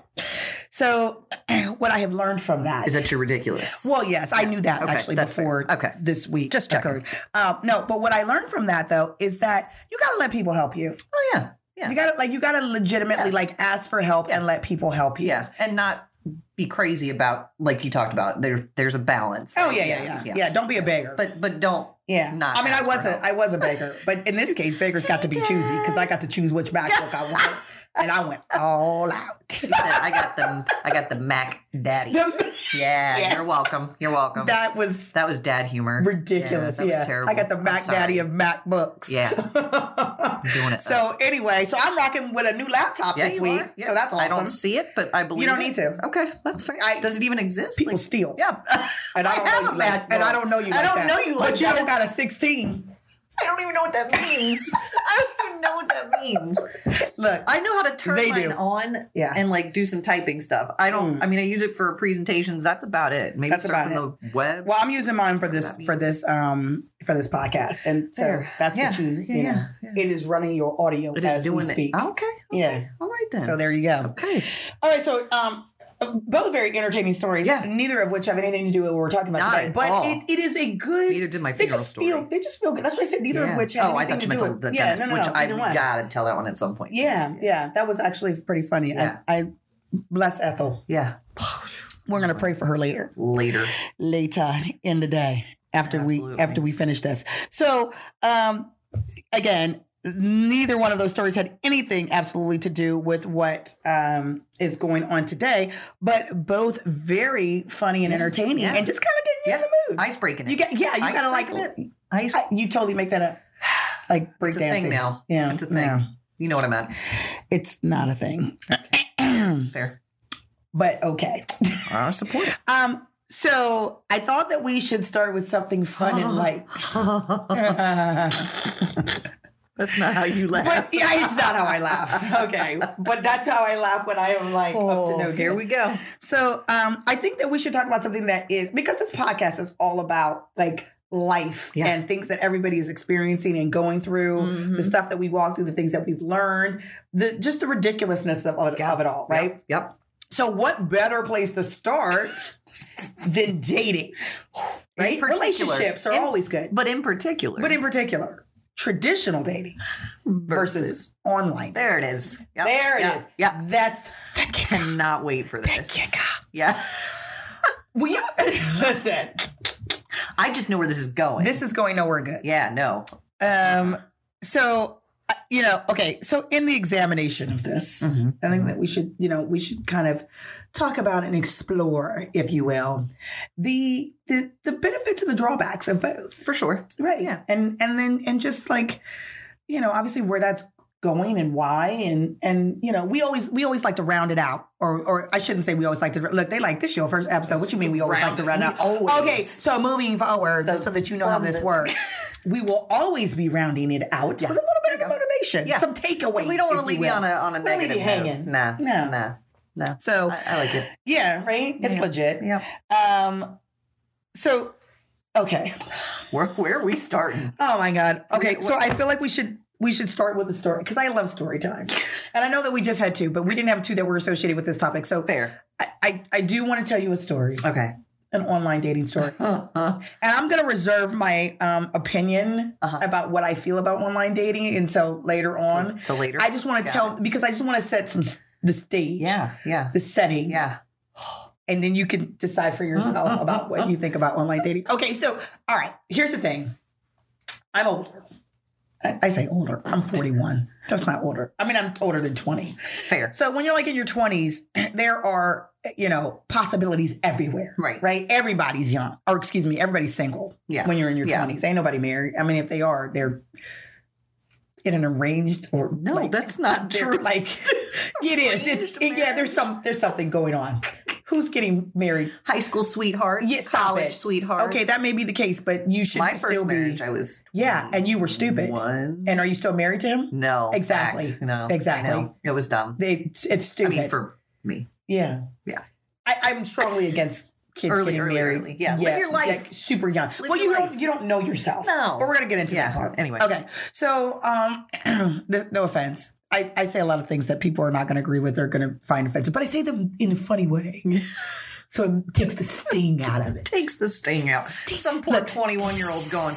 S1: So what I have learned from that
S2: Is that you're ridiculous?
S1: well, yes, I knew that
S2: Okay,
S1: actually
S2: that's fair.
S1: before
S2: Okay.
S1: this week
S2: Just checking.
S1: occurred. Um, no, but what I learned from that though is that you gotta let people help you.
S2: oh yeah. Yeah.
S1: You gotta like you gotta legitimately
S2: Yeah.
S1: like ask for help
S2: Yeah.
S1: and let people help you.
S2: yeah. And not be crazy about like you talked about. There there's a balance.
S1: Oh
S2: right?
S1: yeah, yeah, yeah, yeah. Don't be a beggar.
S2: But but don't
S1: yeah,
S2: not
S1: I mean, I
S2: ask for
S1: was
S2: help.
S1: a, I was a beggar, but in this case, beggars got to be choosy because I got to choose which MacBook I wanted, and I went all out.
S2: he said, I got the I got the Mac Daddy. Yeah,
S1: Yeah.
S2: you're welcome. You're welcome.
S1: that was
S2: that was dad humor.
S1: ridiculous.
S2: Yeah,
S1: Yeah,
S2: that was terrible.
S1: I got the
S2: I'm
S1: Mac
S2: sorry.
S1: Daddy of MacBooks.
S2: Yeah. doing it.
S1: So anyway, so I'm rocking with a new laptop
S2: yeah,
S1: this
S2: you
S1: week,
S2: are. Yeah.
S1: so that's awesome.
S2: I don't see it, but I believe
S1: don't
S2: it.
S1: need to.
S2: Okay, that's fair.
S1: I-
S2: Does it even exist?
S1: People
S2: Like,
S1: steal.
S2: yeah,
S1: And I, don't
S2: have
S1: know
S2: a
S1: you like-
S2: MacBook.
S1: and I don't know you.
S2: I
S1: like
S2: don't
S1: that.
S2: know you like
S1: but you
S2: that.
S1: don't got a 16.
S2: I don't even know what that means. I don't even know what that means.
S1: Look,
S2: I know how to turn
S1: They
S2: mine
S1: do.
S2: on
S1: Yeah. Mm.
S2: and like do some typing stuff. I don't. I mean, I use it for presentations. That's about it. Maybe
S1: That's
S2: surfing
S1: about
S2: the web.
S1: Well, I'm using mine for this
S2: that
S1: for this um for this podcast, and so
S2: There.
S1: that's what
S2: Yeah.
S1: you
S2: Yeah,
S1: you know.
S2: yeah, yeah.
S1: It is running your audio
S2: it
S1: as
S2: is doing
S1: we
S2: it.
S1: speak.
S2: Okay.
S1: Yeah.
S2: All right then.
S1: So there you go.
S2: Okay.
S1: All right. So um, both very entertaining stories.
S2: Yeah.
S1: Neither of which have anything to do with what we're talking about
S2: Not
S1: today.
S2: at
S1: But
S2: all.
S1: It, it is a good.
S2: Neither did my
S1: they
S2: funeral
S1: just
S2: story.
S1: feel they just feel good. That's why I said neither
S2: Yeah.
S1: of which. Have
S2: oh, I
S1: anything
S2: thought you
S1: to
S2: meant
S1: do
S2: the,
S1: with-
S2: the
S1: yeah,
S2: dentist,
S1: no, no,
S2: which
S1: no,
S2: I
S1: either one.
S2: gotta tell that one at some point.
S1: Yeah, yeah, that was actually pretty funny.
S2: Yeah.
S1: I, I bless Ethel.
S2: Yeah.
S1: We're gonna pray for her later.
S2: Later.
S1: later in the day after
S2: Absolutely.
S1: we after we finish this. So um again, neither one of those stories had anything absolutely to do with what um is going on today, but both very funny and entertaining
S2: Yeah.
S1: and just kind of getting you in the mood.
S2: Ice breaking it.
S1: you get yeah, you
S2: Ice
S1: gotta like
S2: breaking it. Ice.
S1: I- you totally make that up. Like break
S2: it's a thing now.
S1: Yeah.
S2: It's a thing.
S1: yeah.
S2: You know what I meant.
S1: It's not a thing.
S2: Fair.
S1: but okay.
S2: I support it.
S1: Um, So I thought that we should start with something fun
S2: Oh.
S1: and light.
S2: That's not how you laugh.
S1: But yeah, it's not how I laugh. Okay. But that's how I laugh when I am like up to no
S2: Oh,
S1: good.
S2: here we go.
S1: So um, I think that we should talk about something that is because this podcast is all about like life
S2: Yeah. Mm-hmm.
S1: and things that everybody is experiencing and going through, the stuff that we walk through, the things that we've learned, the just the ridiculousness of, of, of it all, right?
S2: Yep.
S1: So what better place to start than dating? Right?
S2: particular.
S1: Relationships are
S2: In-
S1: always good.
S2: But in particular.
S1: But in particular, traditional dating versus, online. dating.
S2: There it is. Yep.
S1: There it
S2: Yeah.
S1: is.
S2: Yeah.
S1: That's the
S2: Cannot wait for this. Yeah.
S1: We listen.
S2: I just know where this is going.
S1: This is going nowhere good.
S2: Yeah, no.
S1: Um, so uh, you know, okay. So in the examination of this, I think that we should, you know, we should kind of talk about and explore, if you will, the the the benefits and the drawbacks of both,
S2: For sure.
S1: right?
S2: Yeah.
S1: and and then and just like, you know, obviously where that's going and why and and you know we always we always like to round it out or or I shouldn't say we always like to look they like this show first episode what you mean we always like to round
S2: We
S1: out
S2: always.
S1: okay so moving forward so,
S2: So
S1: that you know how
S2: from
S1: this
S2: the-
S1: works we will always be rounding it out
S2: Yeah.
S1: with a little bit
S2: There
S1: of
S2: you go.
S1: motivation
S2: Yeah.
S1: some takeaways
S2: We don't want
S1: if
S2: to leave
S1: will.
S2: you on a on a
S1: We don't leave
S2: negative
S1: you hanging.
S2: note. Nah.
S1: No.
S2: Nah. Nah.
S1: so
S2: I, I like it.
S1: yeah right it's
S2: Yeah.
S1: legit
S2: Yeah.
S1: um so okay
S2: Where where are we starting?
S1: Oh my god. Okay,
S2: we-
S1: so I feel like we should we should start with a story because I love story time, and I know that we just had two, but we didn't have two that were associated with this topic. So
S2: Fair.
S1: I I, I do want to tell you a story,
S2: Okay.
S1: an online dating story, and
S2: Uh-huh.
S1: I'm gonna reserve my um opinion
S2: Uh-huh.
S1: about what I feel about online dating until later on.
S2: So later.
S1: I just want to
S2: Got
S1: tell because I just want to set some s- the stage,
S2: Yeah. Yeah.
S1: the setting,
S2: Yeah.
S1: and then you can decide for yourself about what you think about online dating. Okay, so all right, here's the thing. I'm older. I, I say older. I'm 41. That's not older. I mean, I'm older than 20.
S2: Fair.
S1: So when you're like in your 20s, there are you know possibilities everywhere.
S2: Right.
S1: Right. Everybody's young, or excuse me, everybody's single.
S2: Yeah.
S1: When you're in your
S2: Yeah.
S1: 20s, ain't nobody married. I mean, if they are, they're in an arranged or
S2: No,
S1: like,
S2: that's not
S1: they're
S2: true.
S1: Like it is. It's
S2: Arranged
S1: it- yeah. There's some. There's something going on. Who's getting married?
S2: High school sweetheart.
S1: Yeah, stop
S2: college
S1: it.
S2: sweetheart.
S1: Okay, that may be the case, but you should
S2: My first
S1: still
S2: marriage,
S1: be.
S2: I was
S1: Yeah, and you were stupid.
S2: One.
S1: And are you still married to him?
S2: no.
S1: Exactly.
S2: fact. No. I
S1: Exactly.
S2: know. It was dumb.
S1: They, it's
S2: I
S1: stupid.
S2: mean, for me.
S1: yeah,
S2: Yeah.
S1: I, I'm strongly against kids
S2: Early,
S1: getting
S2: early,
S1: married.
S2: early. Yeah, live your life.
S1: like, super young. well,
S2: your
S1: you
S2: life.
S1: don't you don't know yourself.
S2: No.
S1: but we're gonna get into
S2: Yeah,
S1: that part
S2: anyway.
S1: Okay, so um, th- no offense. I, I say a lot of things that people are not going to agree with or going to find offensive, but I say them in a funny way. so it takes the sting out of it.
S2: Takes the sting out. Some poor
S1: Look.
S2: 21 year old going,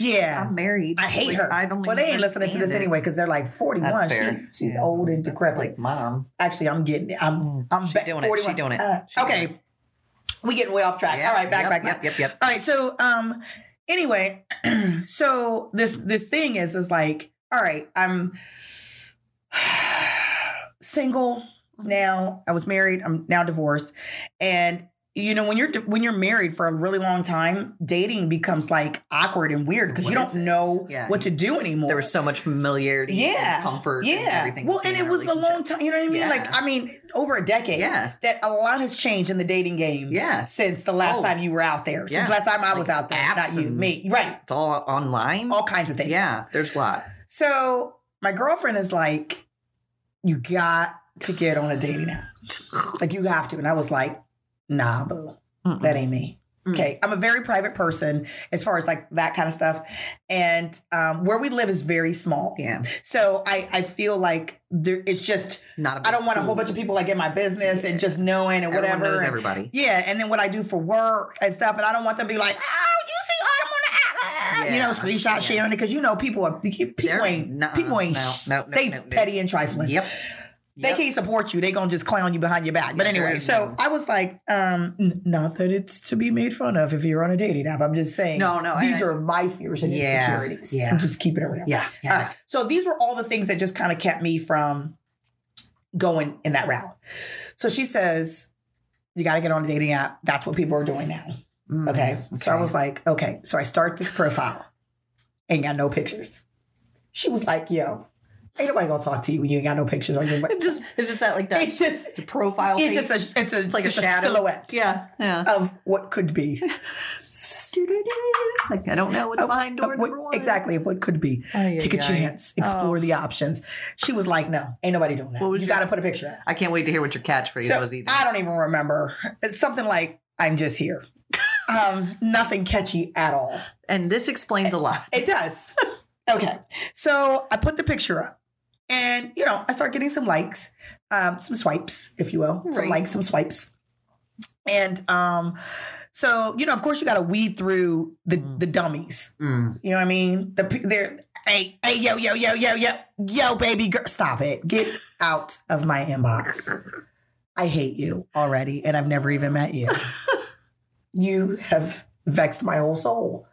S1: Yeah.
S2: I'm married.
S1: I hate
S2: Like,
S1: her.
S2: I don't
S1: Well, they ain't listening to
S2: understand
S1: this
S2: it.
S1: anyway because they're like 41.
S2: That's
S1: She-
S2: fair.
S1: she's
S2: Yeah.
S1: old and
S2: That's
S1: decrepit.
S2: Like mom.
S1: Actually, I'm getting it. I'm I'm
S2: She
S1: back-
S2: doing it. She
S1: 41.
S2: doing it.
S1: Uh,
S2: She doing
S1: okay, we getting way off track.
S2: Yeah.
S1: All right, back,
S2: Yep,
S1: back,
S2: yep,
S1: back.
S2: yep, yep.
S1: All right, so um, anyway, so this this thing is is like, all right, I'm single
S2: Mm-hmm.
S1: now. I was married. I'm now divorced, and you know when you're when you're married for a really long time, dating becomes like awkward and weird because you
S2: What is
S1: don't
S2: this?
S1: know
S2: Yeah.
S1: what to do anymore.
S2: There was so much familiarity
S1: Yeah.
S2: and comfort
S1: yeah.
S2: and everything.
S1: Well, and
S2: in
S1: it
S2: our
S1: was a long
S2: relationship.
S1: time. You know what I mean?
S2: Yeah.
S1: Like, I mean, over a decade.
S2: Yeah.
S1: That a lot has changed in the dating game.
S2: Yeah.
S1: Since the last
S2: Oh.
S1: time you were out there. Since
S2: Yeah.
S1: the last time I was
S2: Like
S1: out there.
S2: apps
S1: Not you,
S2: and-
S1: me. Right.
S2: It's all online.
S1: All kinds of things.
S2: yeah. There's a lot.
S1: So my girlfriend is like, you got to get on a dating app. Like you have to. And I was like, nah, boo.
S2: Mm-mm.
S1: That ain't me.
S2: Mm.
S1: Okay. I'm a very private person as far as like that kind of stuff. And um, where we live is very small.
S2: Yeah.
S1: So I, I feel like there, it's just,
S2: Not a
S1: I don't want a whole bunch of people like in my business and just knowing and
S2: Everyone
S1: whatever.
S2: knows
S1: And-
S2: everybody.
S1: yeah, and then what I do for work and stuff, and I don't want them to be like, oh, you see Autumn on the app, ah," you know,
S2: Yeah.
S1: screenshot
S2: Yeah.
S1: sharing it because you know people are people
S2: They're-
S1: ain't
S2: nuh-uh.
S1: people ain't
S2: No, no, no,
S1: they
S2: no, no.
S1: petty and trifling.
S2: Yep.
S1: They
S2: Yep.
S1: can't support you. They gonna just clown you behind your back. But
S2: Yeah, there
S1: anyway,
S2: is
S1: so
S2: none.
S1: I was like, um, n- not that it's to be made fun of if you're on a dating app. I'm just saying,
S2: No, no,
S1: these
S2: I-
S1: are my fears and
S2: Yeah,
S1: insecurities.
S2: yeah.
S1: I'm just keeping it real.
S2: Yeah.
S1: All
S2: Yeah.
S1: right. So these were all the things that just kind of kept me from going in that route. So she says, you got to get on a dating app. That's what people are doing now.
S2: Mm.
S1: Okay. So I was like, okay. So I start this profile. Ain't got no pictures. She was like, yo, Ain't nobody gonna talk to you when you ain't got no pictures on your.
S2: It just it's just that like that
S1: It's just-
S2: the profile
S1: It's
S2: face.
S1: just a, it's a,
S2: like a
S1: just
S2: shadow.
S1: silhouette
S2: yeah, yeah.
S1: of what could be.
S2: like I don't know what's behind door
S1: Of
S2: number
S1: what-
S2: one.
S1: Oh, Exactly, of what could be.
S2: Ay, ay,
S1: Take a
S2: ay.
S1: chance, explore the options. She was like, "No, ain't nobody doing that.
S2: Oh. What was
S1: You
S2: your-
S1: got to put a picture." up."
S2: I can't wait to hear what your catchphrase
S1: So, uh,
S2: was either.
S1: I don't even remember. It's something like, "I'm just here." um, nothing catchy at all.
S2: and this explains a lot.
S1: It does. okay. So I put the picture up and, you know, I start getting some likes, um, some swipes, if you will. Some
S2: Right.
S1: likes, some swipes. And um, so, you know, of course you got to weed through the, the dummies.
S2: Mm.
S1: You know what I mean? The, pe- they're, hey, hey, yo, yo, yo, yo, yo, yo, baby girl. Stop it. Get out of my inbox. I hate you already, and I've never even met you. you have vexed my whole soul.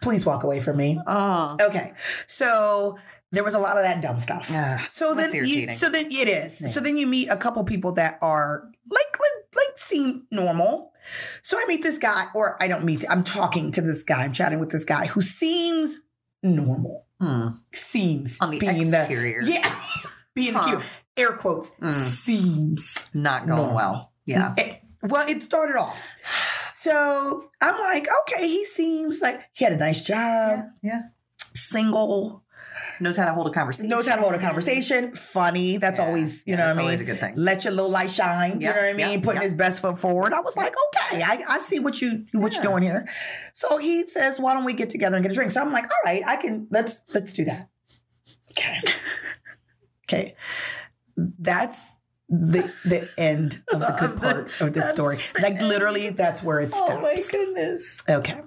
S1: Please walk away from me.
S2: Oh,
S1: Okay. So there was a lot of that dumb stuff.
S2: yeah.
S1: So then
S2: That's
S1: you,
S2: irritating.
S1: so then it is.
S2: Yeah.
S1: So then you meet a couple people that are like like, like seem normal. So I meet this guy or I don't meet I'm talking to this guy, I'm chatting with this guy who seems normal.
S2: Hmm.
S1: Seems
S2: On the
S1: being the
S2: exterior,
S1: Yeah. being
S2: Huh.
S1: the cute air quotes
S2: Mm.
S1: seems.
S2: not going
S1: No. Uh,
S2: well. Yeah.
S1: It- well, it started off. So I'm like, okay, he seems like he had a nice job,
S2: yeah, yeah.
S1: single,
S2: Knows how to hold a conversation.
S1: knows how to hold a conversation. Funny. That's
S2: Yeah,
S1: always, you
S2: yeah,
S1: know what I
S2: it's
S1: mean?
S2: always a good thing.
S1: Let your little light shine.
S2: Yeah,
S1: you know what I mean?
S2: yeah,
S1: Putting
S2: yeah.
S1: his best foot forward. I was like, okay, I, I see what you what
S2: Yeah.
S1: you're doing here. So he says, why don't we get together and get a drink? So I'm like, all right, I can let's let's do that. Okay. okay. That's the the end of the
S2: Of
S1: good
S2: the-
S1: part of this
S2: that's
S1: story.
S2: the
S1: Like literally, that's where it
S2: Oh my
S1: stops.
S2: goodness.
S1: okay.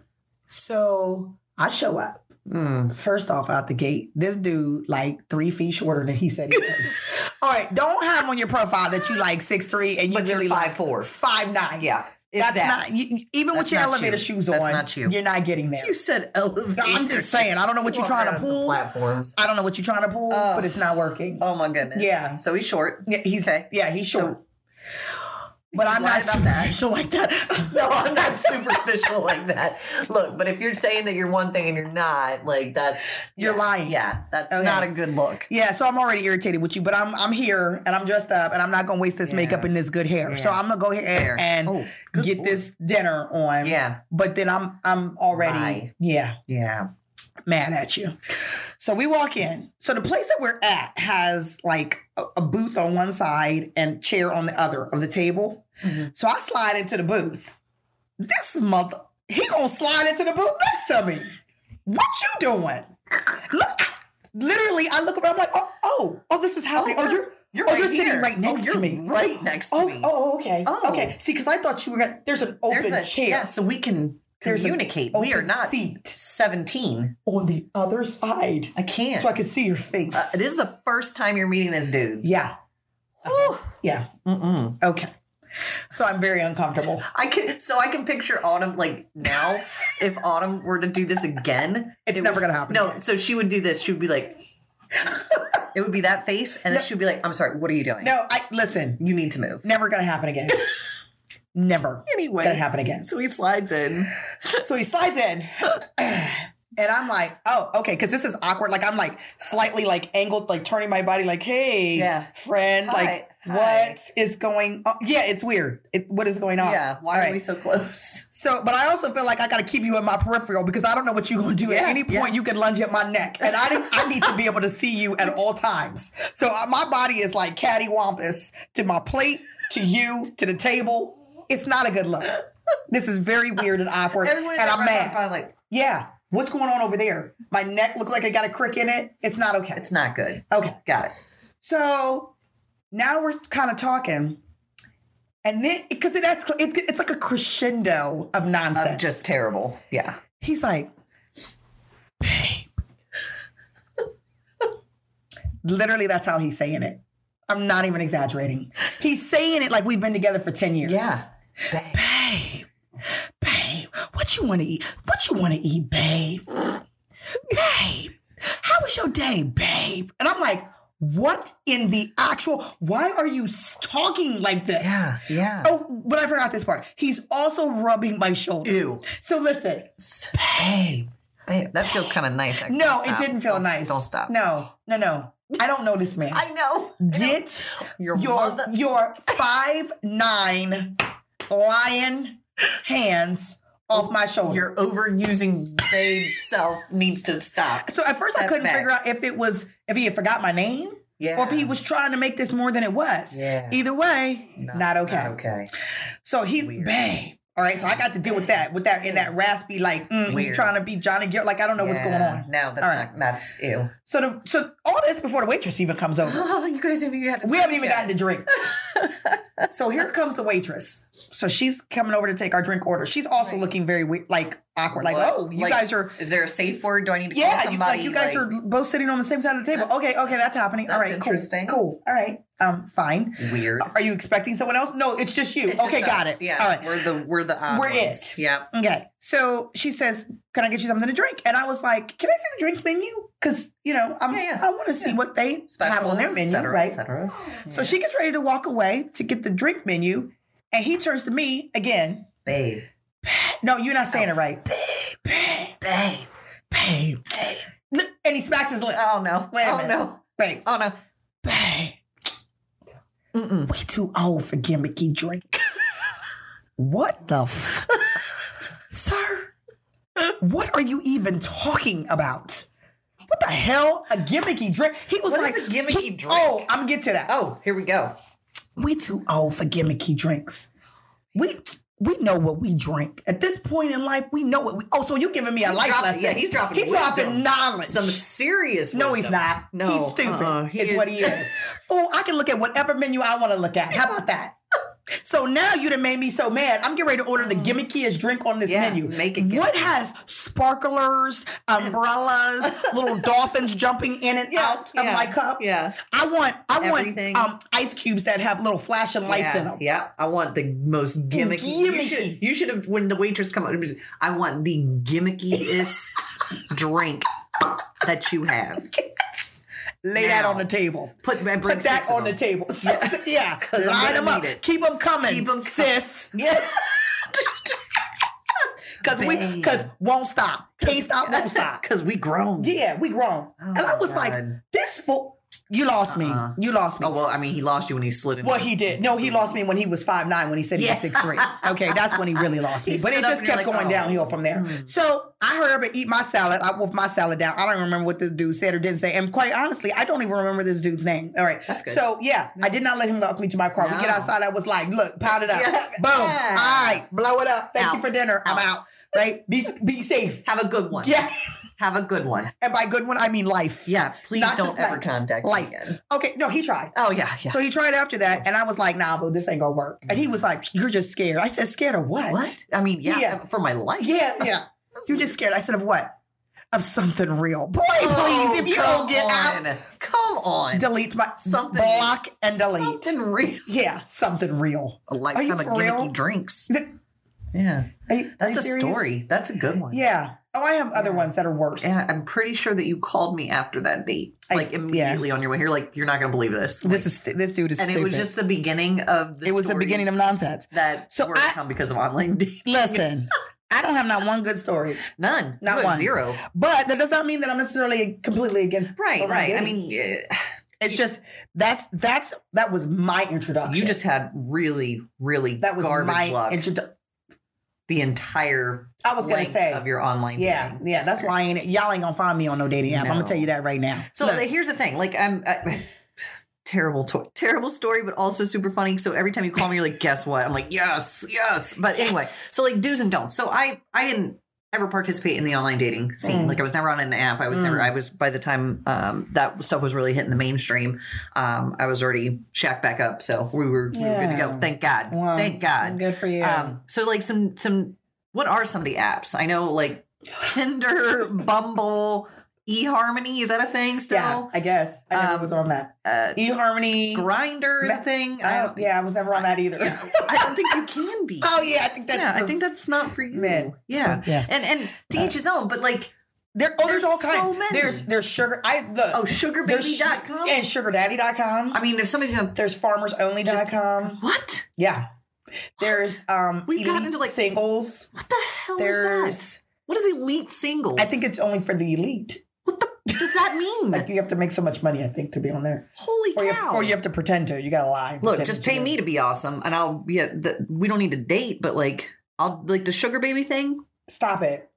S1: So I show up.
S2: Mm.
S1: First off, out the gate, this dude like three feet shorter than he said he was. All right, don't have on your profile that you like six three and you
S2: But you're
S1: really like
S2: 5'4".
S1: five nine.
S2: Yeah. If
S1: that's
S2: that.
S1: not you, you- even with
S2: That's
S1: your
S2: not
S1: elevator
S2: you.
S1: shoes
S2: That's
S1: on.
S2: not you.
S1: are not getting there.
S2: You said elevator.
S1: I'm just saying. I don't know what you're
S2: Walk
S1: trying
S2: out
S1: to
S2: of the
S1: pull.
S2: Platforms.
S1: I don't know what you're trying to pull,
S2: Oh.
S1: but it's not working.
S2: Oh my goodness.
S1: Yeah.
S2: So he's short.
S1: Yeah, he's
S2: Okay.
S1: yeah, he's
S2: So-
S1: short. but I'm not
S2: glad about that.
S1: superficial like that.
S2: No, I'm not superficial like that. Look, but if you're saying that you're one thing and you're not, like that's
S1: You're
S2: yeah,
S1: lying.
S2: Yeah, that's
S1: Okay.
S2: not a good look.
S1: Yeah, so I'm already irritated with you, but I'm I'm here and I'm dressed up and I'm not gonna waste this
S2: Yeah.
S1: makeup and this good hair. So
S2: Yeah.
S1: I'm gonna go here
S2: Fair.
S1: and, and
S2: Oh, good
S1: get
S2: lord.
S1: this dinner on.
S2: Yeah,
S1: But then I'm I'm already
S2: Right.
S1: yeah
S2: yeah.
S1: mad at you. So we walk in. So the place that we're at has like a, a booth on one side and chair on the other of the table.
S2: Mhm.
S1: So I slide into the booth. This mother, he gonna slide into the booth next to me. What you doing? Look, I- literally, I look around. I'm like, oh, oh, oh this is happening. Oh, you're oh, you're
S2: here.
S1: sitting right next
S2: oh, you're
S1: to me.
S2: Right next to
S1: Oh,
S2: me.
S1: oh, okay,
S2: Oh.
S1: okay. See, because I thought you were gonna. There's an open
S2: There's a
S1: chair
S2: Yeah, so we can
S1: There's an
S2: communicate. We are
S1: open
S2: not
S1: seat.
S2: 17.
S1: on the other side,
S2: I can't.
S1: so I could see your face.
S2: Uh, this is the first time you're meeting this dude.
S1: yeah,
S2: Whew.
S1: yeah.
S2: Mm-mm.
S1: Okay. So I'm very uncomfortable.
S2: I can so I can picture Autumn like now. if Autumn were to do this again,
S1: It's
S2: it
S1: never
S2: would-
S1: gonna happen
S2: No,
S1: again.
S2: so she would do this. She would be like, it would be that face, and then she would be like, "I'm sorry, what are you doing?
S1: No, I listen.
S2: you need to move."
S1: Never gonna happen again. Never
S2: Anyway,
S1: gonna happen again.
S2: so he slides in.
S1: So he slides in, and I'm like, oh, okay, because this is awkward. Like I'm like slightly like angled, like turning my body, like, hey,
S2: Yeah.
S1: friend, like,
S2: Hi,
S1: what
S2: hi.
S1: is going? on? Yeah, it's weird. It, what is going on?
S2: yeah, why
S1: All
S2: are
S1: right.
S2: we so close?
S1: So, but I also feel like I got to keep you in my peripheral because I don't know what you're going to do. at
S2: Yeah,
S1: any point,
S2: yeah.
S1: you can lunge at my neck, and I didn't, I need to be able to see you at all times. So uh, my body is like cattywampus to my plate, to you, to the table. It's not a good look. This is very weird and awkward,
S2: Everyone
S1: and I'm mad.
S2: I'm like,
S1: Yeah, what's going on over there? My neck looks like it got a crick in it. It's not okay.
S2: it's not good.
S1: Okay.
S2: Got it.
S1: So now we're kind of talking, and then because it, that's it, it's like a crescendo of nonsense.
S2: I'm just terrible. Yeah.
S1: He's like, babe. Literally, that's how he's saying it. I'm not even exaggerating. He's saying it like we've been together for 10 years.
S2: Yeah.
S1: Babe, babe, what you want to eat? What you want to eat, babe? babe, how was your day, babe? And I'm like, what in the actual? Why are you s- talking like this?
S2: Yeah. Yeah.
S1: Oh, but I forgot this part. He's also rubbing my shoulder.
S2: Ew.
S1: So listen,
S2: Babe. Babe. That feels kind of nice. actually.
S1: No,
S2: Stop.
S1: it didn't feel
S2: Don't-
S1: nice.
S2: Don't stop.
S1: No, no, no. I don't know this man.
S2: I know.
S1: Get
S2: Your,
S1: your
S2: mother.
S1: your five nine lion hands off my shoulder.
S2: Your overusing babe self needs to stop.
S1: so at first I
S2: Step
S1: couldn't
S2: back.
S1: figure out if it was if he had forgot my name
S2: yeah.
S1: or if he was trying to make this more than it was.
S2: Yeah.
S1: Either way, not, okay.
S2: okay.
S1: So he
S2: Weird.
S1: bang. All right, so I got to deal with that, with that in that raspy, like mm, you
S2: Weird.
S1: trying to be Johnny Gill, like I don't know what's going
S2: Yeah.
S1: on.
S2: No, that's
S1: All right.
S2: not, that's ew.
S1: So the so all this before the waitress even comes over.
S2: Oh, you guys haven't even had a
S1: We haven't even
S2: yet.
S1: gotten to drink. so here comes the waitress. So she's coming over to take our drink order. She's also
S2: Right.
S1: looking very we- like awkward, like
S2: What?
S1: oh, you
S2: Like,
S1: guys are
S2: Is there a safe word? Do I need to call
S1: yeah, you,
S2: somebody?
S1: like you guys are both sitting on the same side of the table.
S2: That's-
S1: Okay, okay, that's happening. all
S2: that's
S1: right, cool,
S2: interesting.
S1: cool. All right, um, fine.
S2: weird.
S1: Are you expecting someone else? No, it's just you.
S2: It's
S1: okay,
S2: just
S1: got
S2: us.
S1: it.
S2: Yeah,
S1: All right.
S2: we're the we're the odd
S1: We're
S2: ones.
S1: it.
S2: Yeah,
S1: Okay, so she says, "Can I get you something to drink?" And I was like, "Can I see the drink menu? Because you know, I'm,
S2: Yeah, yeah.
S1: I want to see
S2: Yeah.
S1: what they have on their
S2: Specials,
S1: menu,
S2: et cetera,
S1: right?"
S2: Et cetera.
S1: So she gets ready to walk away to get the drink menu, and he turns to me again.
S2: babe,
S1: No, you're not saying it right.
S2: babe,
S1: Babe.
S2: babe.
S1: Look, And he smacks his lip.
S2: Oh no!
S1: Wait a
S2: oh
S1: minute.
S2: no!
S1: Babe.
S2: Oh no!
S1: Babe.
S2: Mm-mm.
S1: We too old for gimmicky drinks. what the f? Sir, what are you even talking about? What the hell? A gimmicky drink? He was
S2: What
S1: like,
S2: is a gimmicky
S1: he-
S2: drink?
S1: Oh, I'm gonna get to that.
S2: Oh, here we go.
S1: we too old for gimmicky drinks. We we know what we drink. At this point in life, we know what we. Oh, so you giving me a life
S2: dropping-
S1: lesson?
S2: yeah, he's dropping
S1: He dropping
S2: wisdom.
S1: knowledge.
S2: Some serious.
S1: no, he's
S2: wisdom.
S1: not.
S2: No,
S1: he's stupid.
S2: uh-uh.
S1: is, what he is. oh, I can look at whatever menu I want to look at. How about that? So now you done made me so mad. I'm getting ready to order the gimmickiest drink on this
S2: Mm. Yeah,
S1: menu.
S2: make it
S1: what
S2: gimmicky.
S1: has sparklers, umbrellas, little dolphins jumping in and
S2: Yeah,
S1: out of
S2: yeah,
S1: my cup?
S2: Yeah,
S1: I want I
S2: Everything.
S1: want um, ice cubes that have little flashing lights
S2: yeah,
S1: in them. Oh,
S2: yeah. I want the most gimmicky. You
S1: Gimmicky.
S2: should, you should have when the waitress come up. I want the gimmickiest drink that you have.
S1: Lay that
S2: Now.
S1: on the table.
S2: Put and bring
S1: Put that
S2: six of
S1: on the
S2: them.
S1: table. yeah,
S2: I'm
S1: line
S2: gonna
S1: them up.
S2: need it.
S1: Keep them coming.
S2: Keep 'em com-
S1: sis.
S2: Yeah.
S1: Because we
S2: Babe.
S1: because won't stop. Can't stop. Won't stop.
S2: Because we grown.
S1: Yeah, we grown. and I was like,
S2: Oh God.
S1: this fool. You lost
S2: Uh-uh.
S1: me. You lost me.
S2: Oh well, I mean, he lost you when he slid in.
S1: Well, he did. No, he lost me when he was five nine. When he said he was
S2: Yeah.
S1: six three. Okay, that's when he really lost me.
S2: He
S1: but it
S2: stood up
S1: just
S2: and you're
S1: kept
S2: like,
S1: going
S2: oh.
S1: downhill from there. So I hurry up and eat my salad. I wolfed my salad down. I don't even remember what this dude said or didn't say. And quite honestly, I don't even remember this dude's name. All right,
S2: That's good.
S1: So yeah, I did not let him walk me to my car. We get
S2: No.
S1: outside. I was like, look, pound it up.
S2: Yeah.
S1: Boom. All
S2: Yeah.
S1: right, blow it up. Thank you
S2: Out.
S1: for dinner. I'm
S2: Out.
S1: out. Right. Be be safe.
S2: Have a good one.
S1: Yeah.
S2: Have a good one.
S1: And by good one, I mean life.
S2: Yeah. Please
S1: Not
S2: don't
S1: just
S2: ever
S1: like-
S2: contact me
S1: Life.
S2: again.
S1: Okay. No, he tried.
S2: Oh yeah. Yeah. Mm.
S1: So he tried after that, and I was like, "Nah, boo, this ain't gonna work." And he was like, "You're just scared." I said, "Scared of what?"
S2: what? I mean, yeah,
S1: Yeah.
S2: For my life.
S1: Yeah, yeah.
S2: That's
S1: You're just scared. I said, "Of what?" Of something real, boy. Please,
S2: Oh,
S1: if you
S2: come
S1: don't get out,
S2: on. come on.
S1: delete my
S2: Something-
S1: block and delete.
S2: Something real.
S1: Yeah, something real.
S2: A
S1: you
S2: lifetime of
S1: for real?
S2: gimmicky drinks.
S1: Th-
S2: Yeah.
S1: Are you- are
S2: That's
S1: you
S2: a
S1: serious?
S2: story. That's a good one.
S1: Yeah. Oh, I have other ones that are worse.
S2: Yeah, I'm pretty sure that you called me after that date,
S1: I-
S2: like immediately on your way here. Like you're not gonna believe this. Like,
S1: This is this dude is
S2: and
S1: stupid.
S2: it was just the beginning of the.
S1: it was the beginning of
S2: stories
S1: nonsense.
S2: that
S1: So
S2: were
S1: I-
S2: to come because of online dating.
S1: Listen, I don't have not one good story,
S2: None,
S1: Not
S2: You had
S1: one.
S2: zero.
S1: but that does not mean that I'm necessarily completely against.
S2: Right,
S1: what I'm
S2: right. I
S1: getting.
S2: mean, eh,
S1: It's just that's that's that was my introduction.
S2: you just had really, really
S1: that was
S2: garbage
S1: my
S2: luck.
S1: introduction.
S2: the entire
S1: I was gonna
S2: length
S1: say,
S2: of your online.
S1: yeah,
S2: dating
S1: yeah. That's why I ain't y'all ain't gonna find me on no dating app. I'm
S2: No.
S1: gonna tell you that right now.
S2: So
S1: Look,
S2: here's the thing. Like I'm I, terrible, to- terrible story, but also super funny. So every time you call me, you're like, guess what? I'm like, yes, yes. But anyway,
S1: Yes.
S2: so like do's and don'ts. So I I didn't ever participate in the online dating scene.
S1: Mm.
S2: Like I was never on an app. I was never.
S1: Mm.
S2: I was by the time um, that stuff was really hitting the mainstream. Um, I was already shacked back up, so we were, we were good to
S1: Yeah.
S2: go. Thank God.
S1: well,
S2: Thank God.
S1: Good for you.
S2: Um, so like some some what are some of the apps? I know like Tinder, Bumble, eHarmony, is that a thing still?
S1: yeah, I guess I never
S2: um,
S1: was on that.
S2: Uh
S1: eHarmony.
S2: Grinder is a
S1: Ma-
S2: thing.
S1: I
S2: I
S1: don't-
S2: don't,
S1: oh, yeah, I was never on that either.
S2: yeah, I don't think you can be.
S1: oh yeah, I think that's
S2: yeah, I
S1: true.
S2: think that's not for you.
S1: Men.
S2: Yeah.
S1: yeah.
S2: And and to each his own, but like
S1: There, oh, there's,
S2: There's
S1: all
S2: so
S1: kinds.
S2: many.
S1: There's there's sugar. I look.
S2: oh
S1: there's su-
S2: sugarbaby.com.
S1: and sugardaddy.com.
S2: I mean if somebody's gonna
S1: there's farmersonly.com.
S2: what?
S1: Yeah. There's um
S2: We've
S1: elite
S2: gotten into, like,
S1: singles.
S2: What the hell is
S1: There's
S2: that? What is elite single?
S1: I think it's only for the elite.
S2: what the does that that mean?
S1: Like you have to make so much money, I think, to be on there.
S2: Holy
S1: Or
S2: cow.
S1: you, have, or you have to pretend to. You gotta lie. and
S2: Look,
S1: pretend
S2: just
S1: that
S2: pay
S1: you
S2: me to be awesome and I'll yeah, the, we don't need a date, but like I'll like the sugar baby thing,
S1: do. Stop it.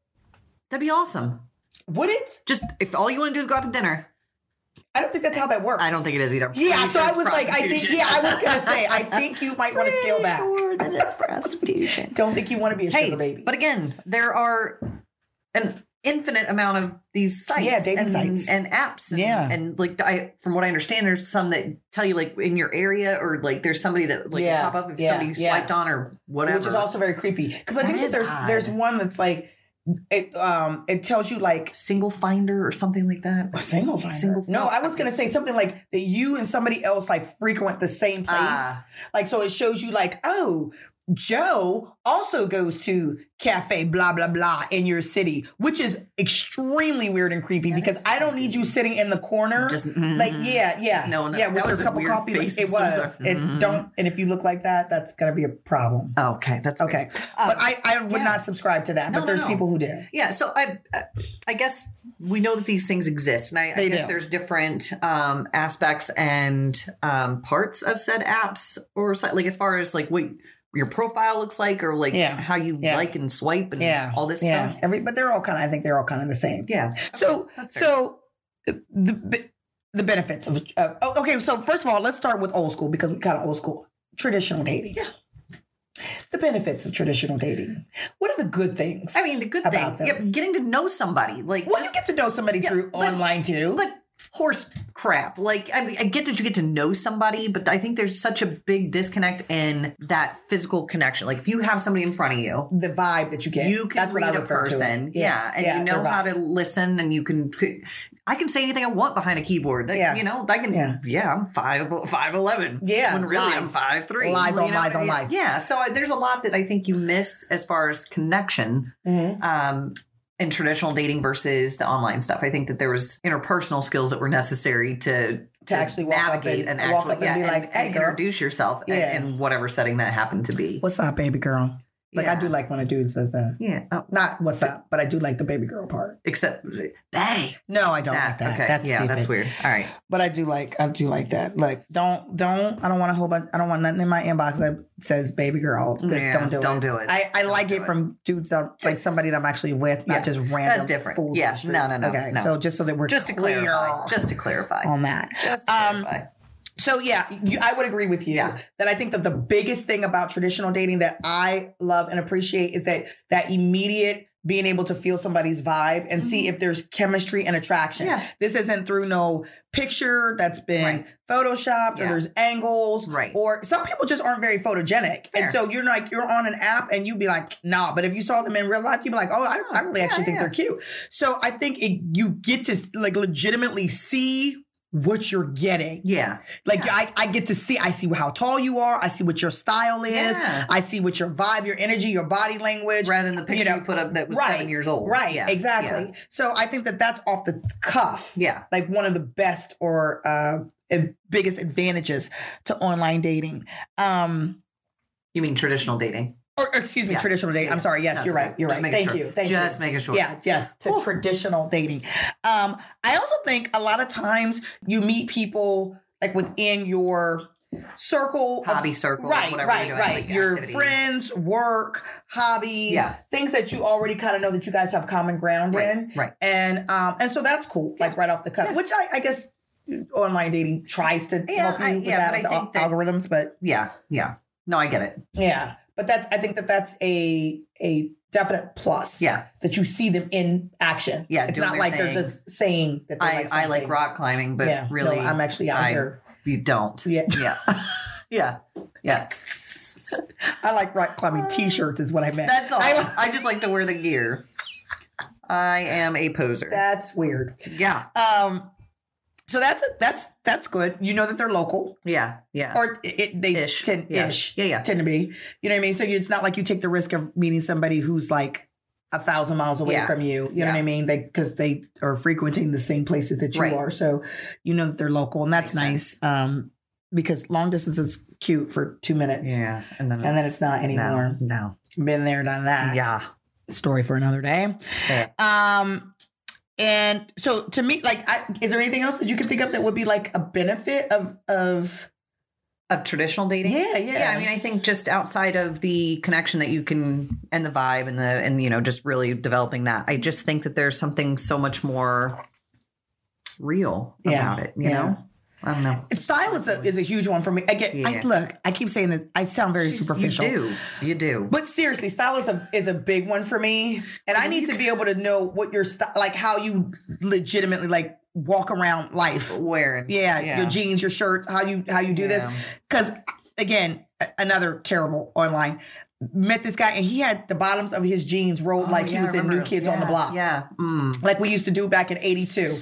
S2: that'd be awesome.
S1: Would it?
S2: Just if all you want to do is go out to dinner.
S1: I don't think that's how that works.
S2: I don't think it is either.
S1: Yeah,
S2: Pretty
S1: so
S2: sure
S1: I
S2: it's
S1: was like, I think,
S2: prostitution.
S1: yeah, I was gonna say, I think you might want to scale back.
S2: That it's prostitution.
S1: Don't think you want to be a
S2: hey,
S1: sugar baby.
S2: but again, there are an infinite amount of these sites,
S1: Yeah, dating
S2: and,
S1: sites.
S2: and apps, and,
S1: Yeah.
S2: and like I, from what I understand, there's some that tell you like in your area, or like there's somebody that like
S1: Yeah,
S2: pop up if
S1: yeah,
S2: somebody you
S1: yeah.
S2: swiped on or whatever.
S1: which is also very creepy because I
S2: That
S1: think that
S2: is
S1: there's
S2: odd.
S1: there's one that's like it um it tells you like
S2: single finder or something like that.
S1: a single finder.
S2: Single-
S1: no,
S2: no,
S1: I was gonna say something like that you and somebody else like frequent the same place.
S2: Ah.
S1: Like so it shows you like, oh, Joe also goes to cafe blah blah blah in your city, which is extremely weird and creepy because
S2: is
S1: I don't need you sitting in the corner.
S2: Just- mm-hmm.
S1: like yeah, yeah.
S2: Just knowing that-
S1: yeah, with
S2: that was
S1: your
S2: a
S1: cup of
S2: weird
S1: coffee. like,
S2: face.
S1: it
S2: I'm so
S1: was.
S2: sorry.
S1: It
S2: Mhm.
S1: don't and if you look like that, that's gonna be a problem.
S2: Okay, that's fair.
S1: Oh, Okay. but I, I would
S2: yeah.
S1: not subscribe to that. but
S2: No, no,
S1: there's
S2: no. Mm-hmm.
S1: people who do.
S2: Yeah, so I, uh, I guess we know that these things exist, and I, I
S1: They
S2: guess
S1: do.
S2: there's different um, aspects and um, parts of said apps, or si- like as far as like what your profile looks like, or like
S1: Yeah.
S2: how you
S1: Yeah.
S2: like and swipe and
S1: Yeah.
S2: all this
S1: yeah.
S2: stuff.
S1: Every but they're all kind of I think they're all kind of the same.
S2: Yeah.
S1: So
S2: that's fair.
S1: so uh, the be- the benefits of uh, oh, okay. So first of all, let's start with old school because we kind of old school traditional dating.
S2: Yeah.
S1: The benefits of traditional dating. What are the good things?
S2: I mean, the good
S1: About
S2: thing,
S1: them.
S2: yep, getting to know somebody, like
S1: well,
S2: just-
S1: you get to know somebody
S2: Yeah,
S1: through
S2: but-
S1: online too.
S2: but horse crap. Like I, mean, I get that you get to know somebody, but I think there's such a big disconnect in that physical connection. Like if you have somebody in front of you,
S1: the vibe that you get.
S2: you can
S1: That's what I
S2: read a
S1: refer to it.
S2: person yeah, and you know
S1: their
S2: how
S1: vibe.
S2: to listen and you can i can say anything i want behind a keyboard Like,
S1: Yeah.
S2: you know i can
S1: Yeah.
S2: yeah, i'm five five eleven
S1: Yeah,
S2: when really i'm
S1: lies.
S2: five three
S1: Lies on lies on lies.
S2: yeah so I, there's a lot that i think you miss as far as connection
S1: Mhm.
S2: um in traditional dating versus the online stuff i think that there was interpersonal skills that were necessary to
S1: To actually walk up
S2: navigate
S1: and-
S2: and,
S1: walk
S2: actually
S1: up and
S2: yeah,
S1: be like, "Hey, girl."
S2: introduce yourself in-
S1: Yeah.
S2: in, whatever setting that happened to be
S1: What's up, baby girl? Like I
S2: Yeah.
S1: do like when a dude says that.
S2: yeah oh,
S1: Not what's up, but I do like the baby girl part.
S2: except hey
S1: No, I don't like that.
S2: Okay.
S1: That's
S2: yeah,
S1: stupid.
S2: that's weird. All right.
S1: But I do like I do like that. Like don't don't I don't want a whole bunch I don't want nothing in my inbox that says baby girl. Just
S2: Yeah,
S1: don't do it. I, I
S2: Don't
S1: like
S2: do
S1: it from dudes that like somebody that I'm actually with, not
S2: Yeah.
S1: just random.
S2: different.
S1: fools on
S2: Yeah.
S1: the street.
S2: No, no, no,
S1: Okay,
S2: no.
S1: so just so that we're
S2: just to
S1: clear
S2: clarify. Just to clarify.
S1: on that.
S2: Just to
S1: um,
S2: clarify.
S1: So yeah, you, I would agree with you
S2: Yeah.
S1: that I think that the biggest thing about traditional dating that I love and appreciate is that that immediate being able to feel somebody's vibe and see if there's chemistry and attraction.
S2: Mm-hmm. Yeah.
S1: This isn't through no picture that's been
S2: Right.
S1: photoshopped or
S2: Yeah.
S1: there's angles
S2: Right.
S1: or some people just aren't very photogenic. And
S2: Fair.
S1: so you're like you're on an app and you'd be like, nah, but if you saw them in real life, you'd be like, oh, I, I really
S2: Yeah,
S1: actually think
S2: yeah.
S1: they're cute. So I think it, you get to like legitimately see what you're getting.
S2: Yeah.
S1: Like
S2: Yeah.
S1: I, I get to see, I see how tall you are, I see what your style is,
S2: Yeah.
S1: I see what your vibe, your energy, your body language.
S2: Rather than the picture you,
S1: know,
S2: put up that was
S1: right,
S2: seven years old.
S1: Right,
S2: Yeah.
S1: exactly. So I think that that's off the cuff,
S2: Yeah.
S1: like one of the best or uh, and biggest advantages to online dating. Um,
S2: You mean traditional dating?
S1: or excuse me,
S2: Yeah.
S1: traditional dating. I'm
S2: Yeah.
S1: sorry. Yes,
S2: That's
S1: you're
S2: okay.
S1: right. You're
S2: Just
S1: right.
S2: making
S1: Thank
S2: sure.
S1: you. Thank you.
S2: Just making sure.
S1: Yeah, yes, to
S2: Whew.
S1: traditional dating. Um, I also think a lot of times you meet people like within your circle, of-
S2: Hobby circle,
S1: right,
S2: whatever
S1: right,
S2: you're doing,
S1: right.
S2: like
S1: your
S2: activities.
S1: friends, work, hobbies,
S2: Yeah.
S1: things that you already kind of know that you guys have common ground
S2: Right,
S1: in,
S2: right.
S1: And um, and so that's cool, like right off the cuff, which I, I guess online dating tries to
S2: Yeah,
S1: help you
S2: I-
S1: with
S2: yeah,
S1: that,
S2: but I
S1: with the
S2: think that-
S1: al- algorithms, but
S2: Yeah. Yeah. No, I get it.
S1: yeah, but that's I think that that's a a definite plus.
S2: Yeah.
S1: that you see them in action.
S2: Yeah,
S1: it's
S2: doing
S1: not
S2: their
S1: like
S2: thing.
S1: they're just saying that. They
S2: I,
S1: like
S2: I like
S1: something.
S2: rock climbing, but
S1: yeah,
S2: really
S1: no, I'm actually out
S2: I-
S1: here.
S2: you don't.
S1: Yeah.
S2: Yeah. yeah. Yeah.
S1: I like rock climbing T-shirts is what I meant.
S2: Uh, That's all.
S1: I
S2: I,
S1: like-
S2: just like to wear the gear. I am a poser.
S1: that's weird.
S2: yeah.
S1: Um, so that's that's that's good. You know that they're local,
S2: Yeah. Yeah.
S1: or it, it- they
S2: Ish.
S1: tend
S2: Yeah.
S1: ish
S2: Yeah, yeah.
S1: tend to be. You know what I mean? So you, it's not like you take the risk of meeting somebody who's like. A thousand miles away
S2: Yeah.
S1: from you, you know what I
S2: Yeah.
S1: mean? They because they are frequenting the same places that you
S2: Right.
S1: are, so you know that they're local, and that's
S2: Makes
S1: nice. Um, because long distance is cute for two minutes,
S2: yeah. And then,
S1: and then it's not anymore.
S2: No.
S1: Been there, done
S2: no.
S1: that.
S2: Yeah.
S1: Story for another day.
S2: Yeah.
S1: Um, And so to me, like, I, is there anything else that you could think of that would be like a benefit of of
S2: of traditional dating.
S1: yeah, yeah?
S2: Yeah, I mean, I think just outside of the connection that you can and the vibe and the and you know just really developing that, I just think that there's something so much more real
S1: Yeah,
S2: about it. You
S1: yeah.
S2: know, I don't know.
S1: And style is a is a huge one for me. I get, I,
S2: Yeah.
S1: look, I keep saying this. I sound very superficial.
S2: You do, you do.
S1: But seriously, style is a is a big one for me, and I need to be able to know what your sty- like how you legitimately like walk around life.
S2: Wearing,
S1: Yeah, your jeans, your shirts, how you how you do
S2: Yeah.
S1: this. Because again, a- another terrible online met this guy, and he had the bottoms of his jeans rolled
S2: Oh,
S1: like he
S2: yeah,
S1: was
S2: I
S1: in New
S2: remember.
S1: Kids on the
S2: Yeah,
S1: Block,
S2: Yeah, mm.
S1: like we used to do back in '82.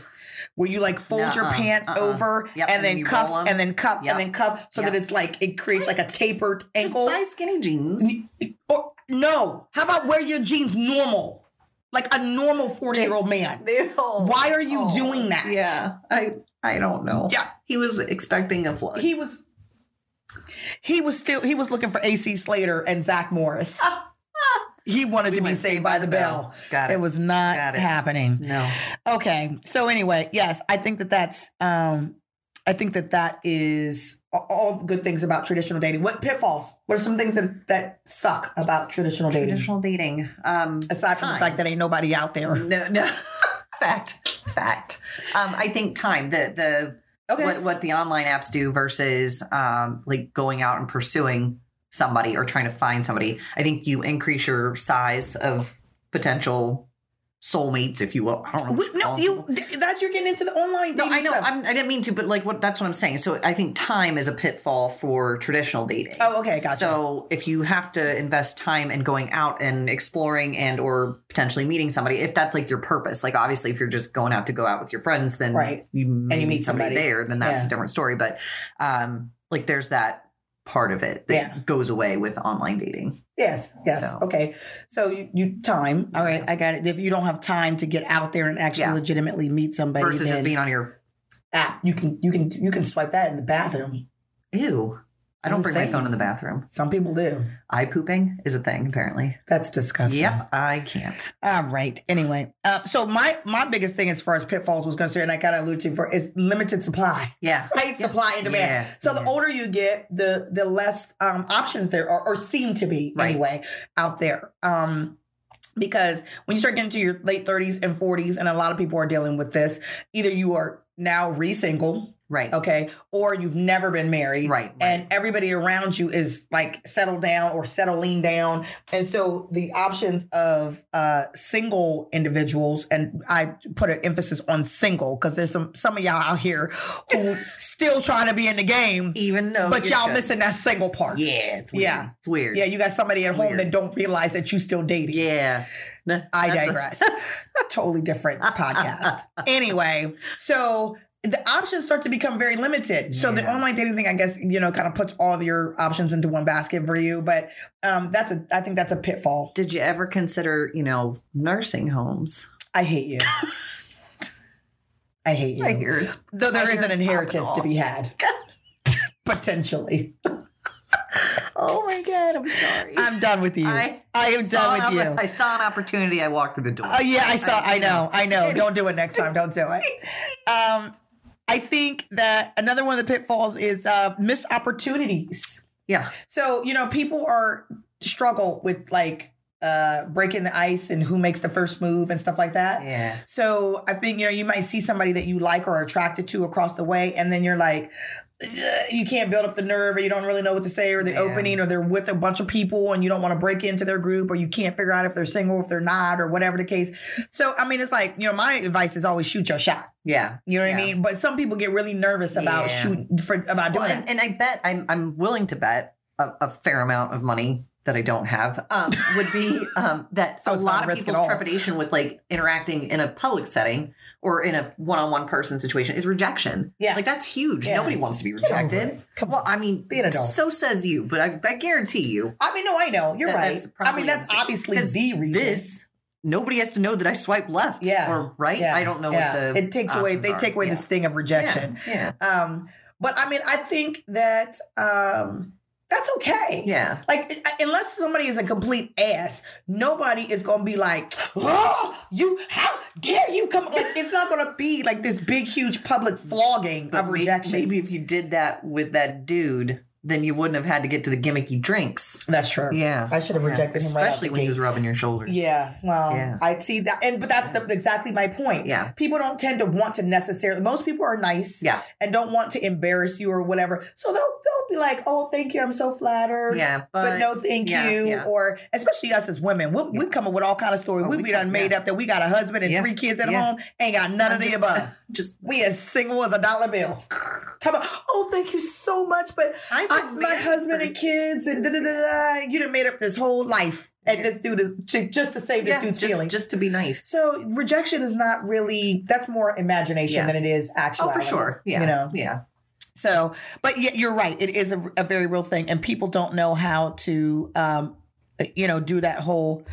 S1: Where you like fold your
S2: Nuh-uh,
S1: pant
S2: uh-uh.
S1: over
S2: Yep,
S1: and,
S2: and
S1: then
S2: then you
S1: cuff
S2: roll 'em.
S1: and then cuff
S2: Yep.
S1: and then cuff so that
S2: Yep.
S1: it's like it creates like a tapered
S2: just
S1: ankle.
S2: buy skinny jeans.
S1: Or no, how about wear your jeans normal, like a normal forty-year-old man? Why are you doing that?
S2: Yeah, I I don't know.
S1: Yeah.
S2: he was expecting a flood.
S1: He was, he was still, he was looking for AC Slater and Zach Morris. he wanted to be
S2: went
S1: saved by the bell.
S2: Got it.
S1: It was not
S2: Got it.
S1: happening.
S2: no.
S1: Okay, so anyway, yes, I think that that's, um, I think that that is a- all the good things about traditional dating. What pitfalls? What are some things that that suck about traditional dating?
S2: Traditional dating. Um,
S1: Aside from the
S2: Time.
S1: fact that ain't nobody out there.
S2: no, no. fact, fact. Um, I think time. The the
S1: Okay.
S2: what what the online apps do versus um like going out and pursuing somebody or trying to find somebody. I think you increase your size of potential soulmates, if you will. I don't know.
S1: Wait, no, you th- that you're getting into the online.
S2: No,
S1: dating
S2: I know.
S1: stuff.
S2: I'm, I didn't mean to, but like, what? That's what I'm saying. So I think time is a pitfall for traditional dating.
S1: oh, okay, gotcha.
S2: So if you have to invest time in going out and exploring and or potentially meeting somebody, if that's like your purpose, like obviously if you're just going out to go out with your friends, then
S1: Right.
S2: you may
S1: you meet
S2: meet somebody,
S1: somebody.
S2: there, then that's
S1: Yeah.
S2: a different story. But um, like there's that part of it that
S1: Yeah.
S2: goes away with online dating.
S1: yes, yes,
S2: So-
S1: okay. So you, you time. All right, I got it. If you don't have time to get out there and actually
S2: Yeah.
S1: legitimately meet somebody,
S2: versus just
S1: then
S2: being on your
S1: app, you can you can you can swipe that in the bathroom.
S2: ew. I don't
S1: I'm
S2: bring
S1: saying.
S2: my phone in the bathroom.
S1: Some people do.
S2: Eye pooping is a thing, apparently.
S1: That's disgusting.
S2: Yep, I can't.
S1: All right. Anyway, uh, so my my biggest thing as far as pitfalls was concerned, I kind of alluded to for is limited supply.
S2: Yeah.
S1: right? Supply and demand.
S2: Yeah.
S1: So the
S2: Yeah.
S1: older you get, the the less um, options there are, or seem to be
S2: Right.
S1: anyway, out there. Um, because when you start getting to your late thirties and forties, and a lot of people are dealing with this, either you are now re-single,
S2: Right.
S1: okay, or you've never been married,
S2: Right, right.
S1: And everybody around you is like settled down or settling down, and so the options of uh, single individuals, and I put an emphasis on single because there's some some of y'all out here who still trying to be in the game,
S2: Even though
S1: but
S2: you're
S1: y'all
S2: good.
S1: missing that single part.
S2: Yeah, it's weird.
S1: Yeah.
S2: It's weird.
S1: Yeah, you got somebody at home
S2: Weird.
S1: that don't realize that you still dating.
S2: Yeah. No,
S1: I
S2: that's a-
S1: digress. totally different podcast. Anyway, so the options start to become very limited. So the
S2: Yeah.
S1: online dating thing, I guess, you know, kind of puts all of your options into one basket for you. But um, that's a, I think that's a pitfall.
S2: Did you ever consider, you know, nursing homes?
S1: I hate you. I hate you.
S2: I hear it's
S1: Though there
S2: I
S1: is
S2: hear
S1: an
S2: it's
S1: inheritance to
S2: popping
S1: be had, potentially.
S2: Oh my god, I'm sorry.
S1: I'm done with you. I,
S2: I
S1: am
S2: saw
S1: done
S2: an
S1: with
S2: oppor-
S1: you.
S2: I saw an opportunity. I walked through the door.
S1: Oh yeah, I saw. I know. I know. Don't do it next time. Don't do it. Um, I think that another one of the pitfalls is uh, missed opportunities.
S2: yeah.
S1: So you know, people are struggle with like uh, breaking the ice and who makes the first move and stuff like that.
S2: Yeah.
S1: So I think you know you might see somebody that you like or are attracted to across the way, and then you're like, "Ugh," you can't build up the nerve, or you don't really know what to say, or the
S2: Yeah.
S1: opening, or they're with a bunch of people, and you don't want to break into their group, or you can't figure out if they're single, if they're not, or whatever the case. So I mean, it's like you know, my advice is always shoot your shot.
S2: Yeah.
S1: You know what I
S2: Yeah.
S1: mean? But some people get really nervous about
S2: Yeah.
S1: shooting for about doing
S2: Well,
S1: that.
S2: and, and I bet I'm I'm willing to bet a, a fair amount of money that I don't have um, would be um, that
S1: So
S2: a
S1: it's not
S2: lot
S1: a
S2: of
S1: risk at
S2: people's
S1: all.
S2: trepidation with like interacting in a public setting or in a one-on-one person situation is rejection.
S1: Yeah.
S2: like that's huge.
S1: Yeah.
S2: Nobody wants to be
S1: Get over
S2: rejected.
S1: it. Come
S2: Well, I mean,
S1: Be an adult.
S2: so says you, but I, I guarantee you,
S1: I mean, no, I know you're
S2: That-
S1: right.
S2: that's
S1: I mean,
S2: probably
S1: that's
S2: a-
S1: obviously
S2: 'cause
S1: the reason.
S2: this nobody has to know that I swipe left,
S1: Yeah.
S2: or right.
S1: Yeah.
S2: I don't know
S1: Yeah.
S2: what the
S1: it takes away.
S2: options
S1: They
S2: are.
S1: take away
S2: Yeah.
S1: this thing of rejection.
S2: Yeah,
S1: Um, but I mean, I think that um, that's okay.
S2: Yeah.
S1: Like, I- unless somebody is a complete ass, nobody is gonna be like, oh, you, how dare you come? Like, it's not gonna be like this big, huge public flogging
S2: But
S1: of
S2: may-
S1: rejection.
S2: Maybe if you did that with that dude, then you wouldn't have had to get to the gimmicky drinks.
S1: That's true.
S2: Yeah.
S1: I should have
S2: Yeah.
S1: rejected him right out
S2: Especially
S1: the
S2: when he
S1: gate.
S2: was rubbing your shoulders.
S1: Yeah, well,
S2: Yeah.
S1: I see that, and but that's the, exactly my point.
S2: Yeah.
S1: people don't tend to want to necessarily. Most people are nice,
S2: Yeah.
S1: and don't want to embarrass you or whatever. So they'll they'll be like, "Oh, thank you, I'm so flattered."
S2: Yeah,
S1: But,
S2: but,
S1: no, thank
S2: yeah,
S1: you.
S2: yeah.
S1: Or especially us as women, we'll, we come up with all kind of stories.
S2: Oh,
S1: we
S2: we
S1: be done
S2: come-
S1: made
S2: yeah.
S1: up that we got a husband and
S2: Yeah.
S1: three kids at
S2: Yeah.
S1: home, ain't got none of
S2: I'm
S1: the
S2: just-
S1: above.
S2: just
S1: We as single as a dollar bill. Talk about, oh, thank you so much, but
S2: I'm
S1: I, my
S2: married
S1: husband and
S2: first.
S1: kids and da da da da. You done made up this whole life, and
S2: Yeah.
S1: this dude is ju- just to save this
S2: yeah,
S1: dude's
S2: just,
S1: feelings.
S2: just to be nice.
S1: so rejection is not really that's more imagination
S2: Yeah.
S1: than it is
S2: Oh,
S1: actuality.
S2: for sure. Yeah.
S1: you know.
S2: Yeah.
S1: So, but yet you're right. It is a, a very real thing, and people don't know how to, um, you know, do that whole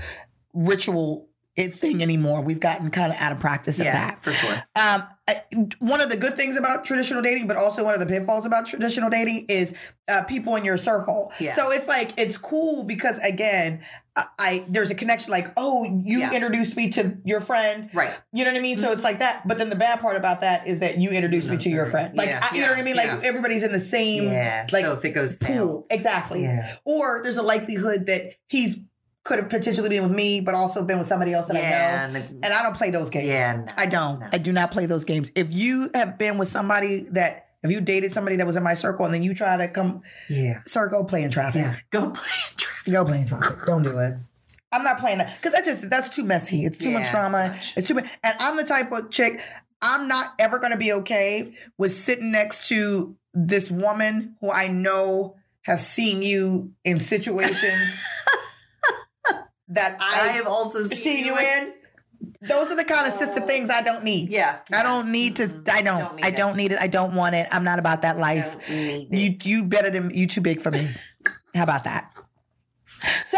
S1: ritual it thing anymore. We've gotten kind of out of practice of
S2: Yeah.
S1: that.
S2: For sure.
S1: Um, I- one of the good things about traditional dating, but also one of the pitfalls about traditional dating is uh, people in your circle.
S2: Yeah.
S1: So it's like it's cool because again, I, I there's a connection. Like, oh, you
S2: Yeah.
S1: introduced me to your friend.
S2: Right.
S1: You know what I mean? So
S2: Mm-hmm.
S1: it's like that. But then the bad part about that is that you introduced me to your friend. Like,
S2: Yeah.
S1: I, you know what I mean? Like
S2: Yeah.
S1: everybody's in the same
S2: Yeah.
S1: like
S2: so if it goes down.
S1: pool. Exactly.
S2: Yeah.
S1: Or there's a likelihood that he's could have potentially been with me, but also been with somebody else that I know.
S2: Yeah. And the-
S1: And I don't play those games.
S2: Yeah, no,
S1: I don't.
S2: no.
S1: I do not play those games. If you have been with somebody that, if you dated somebody that was in my circle and then you try to come,
S2: yeah.
S1: sir, go play in traffic.
S2: Yeah. Go play in traffic.
S1: Go play in traffic. Don't do it. I'm not playing that because that just that's too messy. It's too
S2: Yeah,
S1: much
S2: it's
S1: drama.
S2: too
S1: It's
S2: much.
S1: too, much. And I'm the type of chick. I'm not ever going to be okay with sitting next to this woman who I know has seen you in situations that
S2: I
S1: I,
S2: have also seen, Oh.
S1: seen you in. Those are the kind of sister things I don't need.
S2: Yeah.
S1: I don't need to.
S2: Mm-mm.
S1: I don't.
S2: Don't need
S1: I
S2: it.
S1: don't need it. I don't want it. I'm not about that life.
S2: Don't need it.
S1: You you better than you too big for me. How about that? So,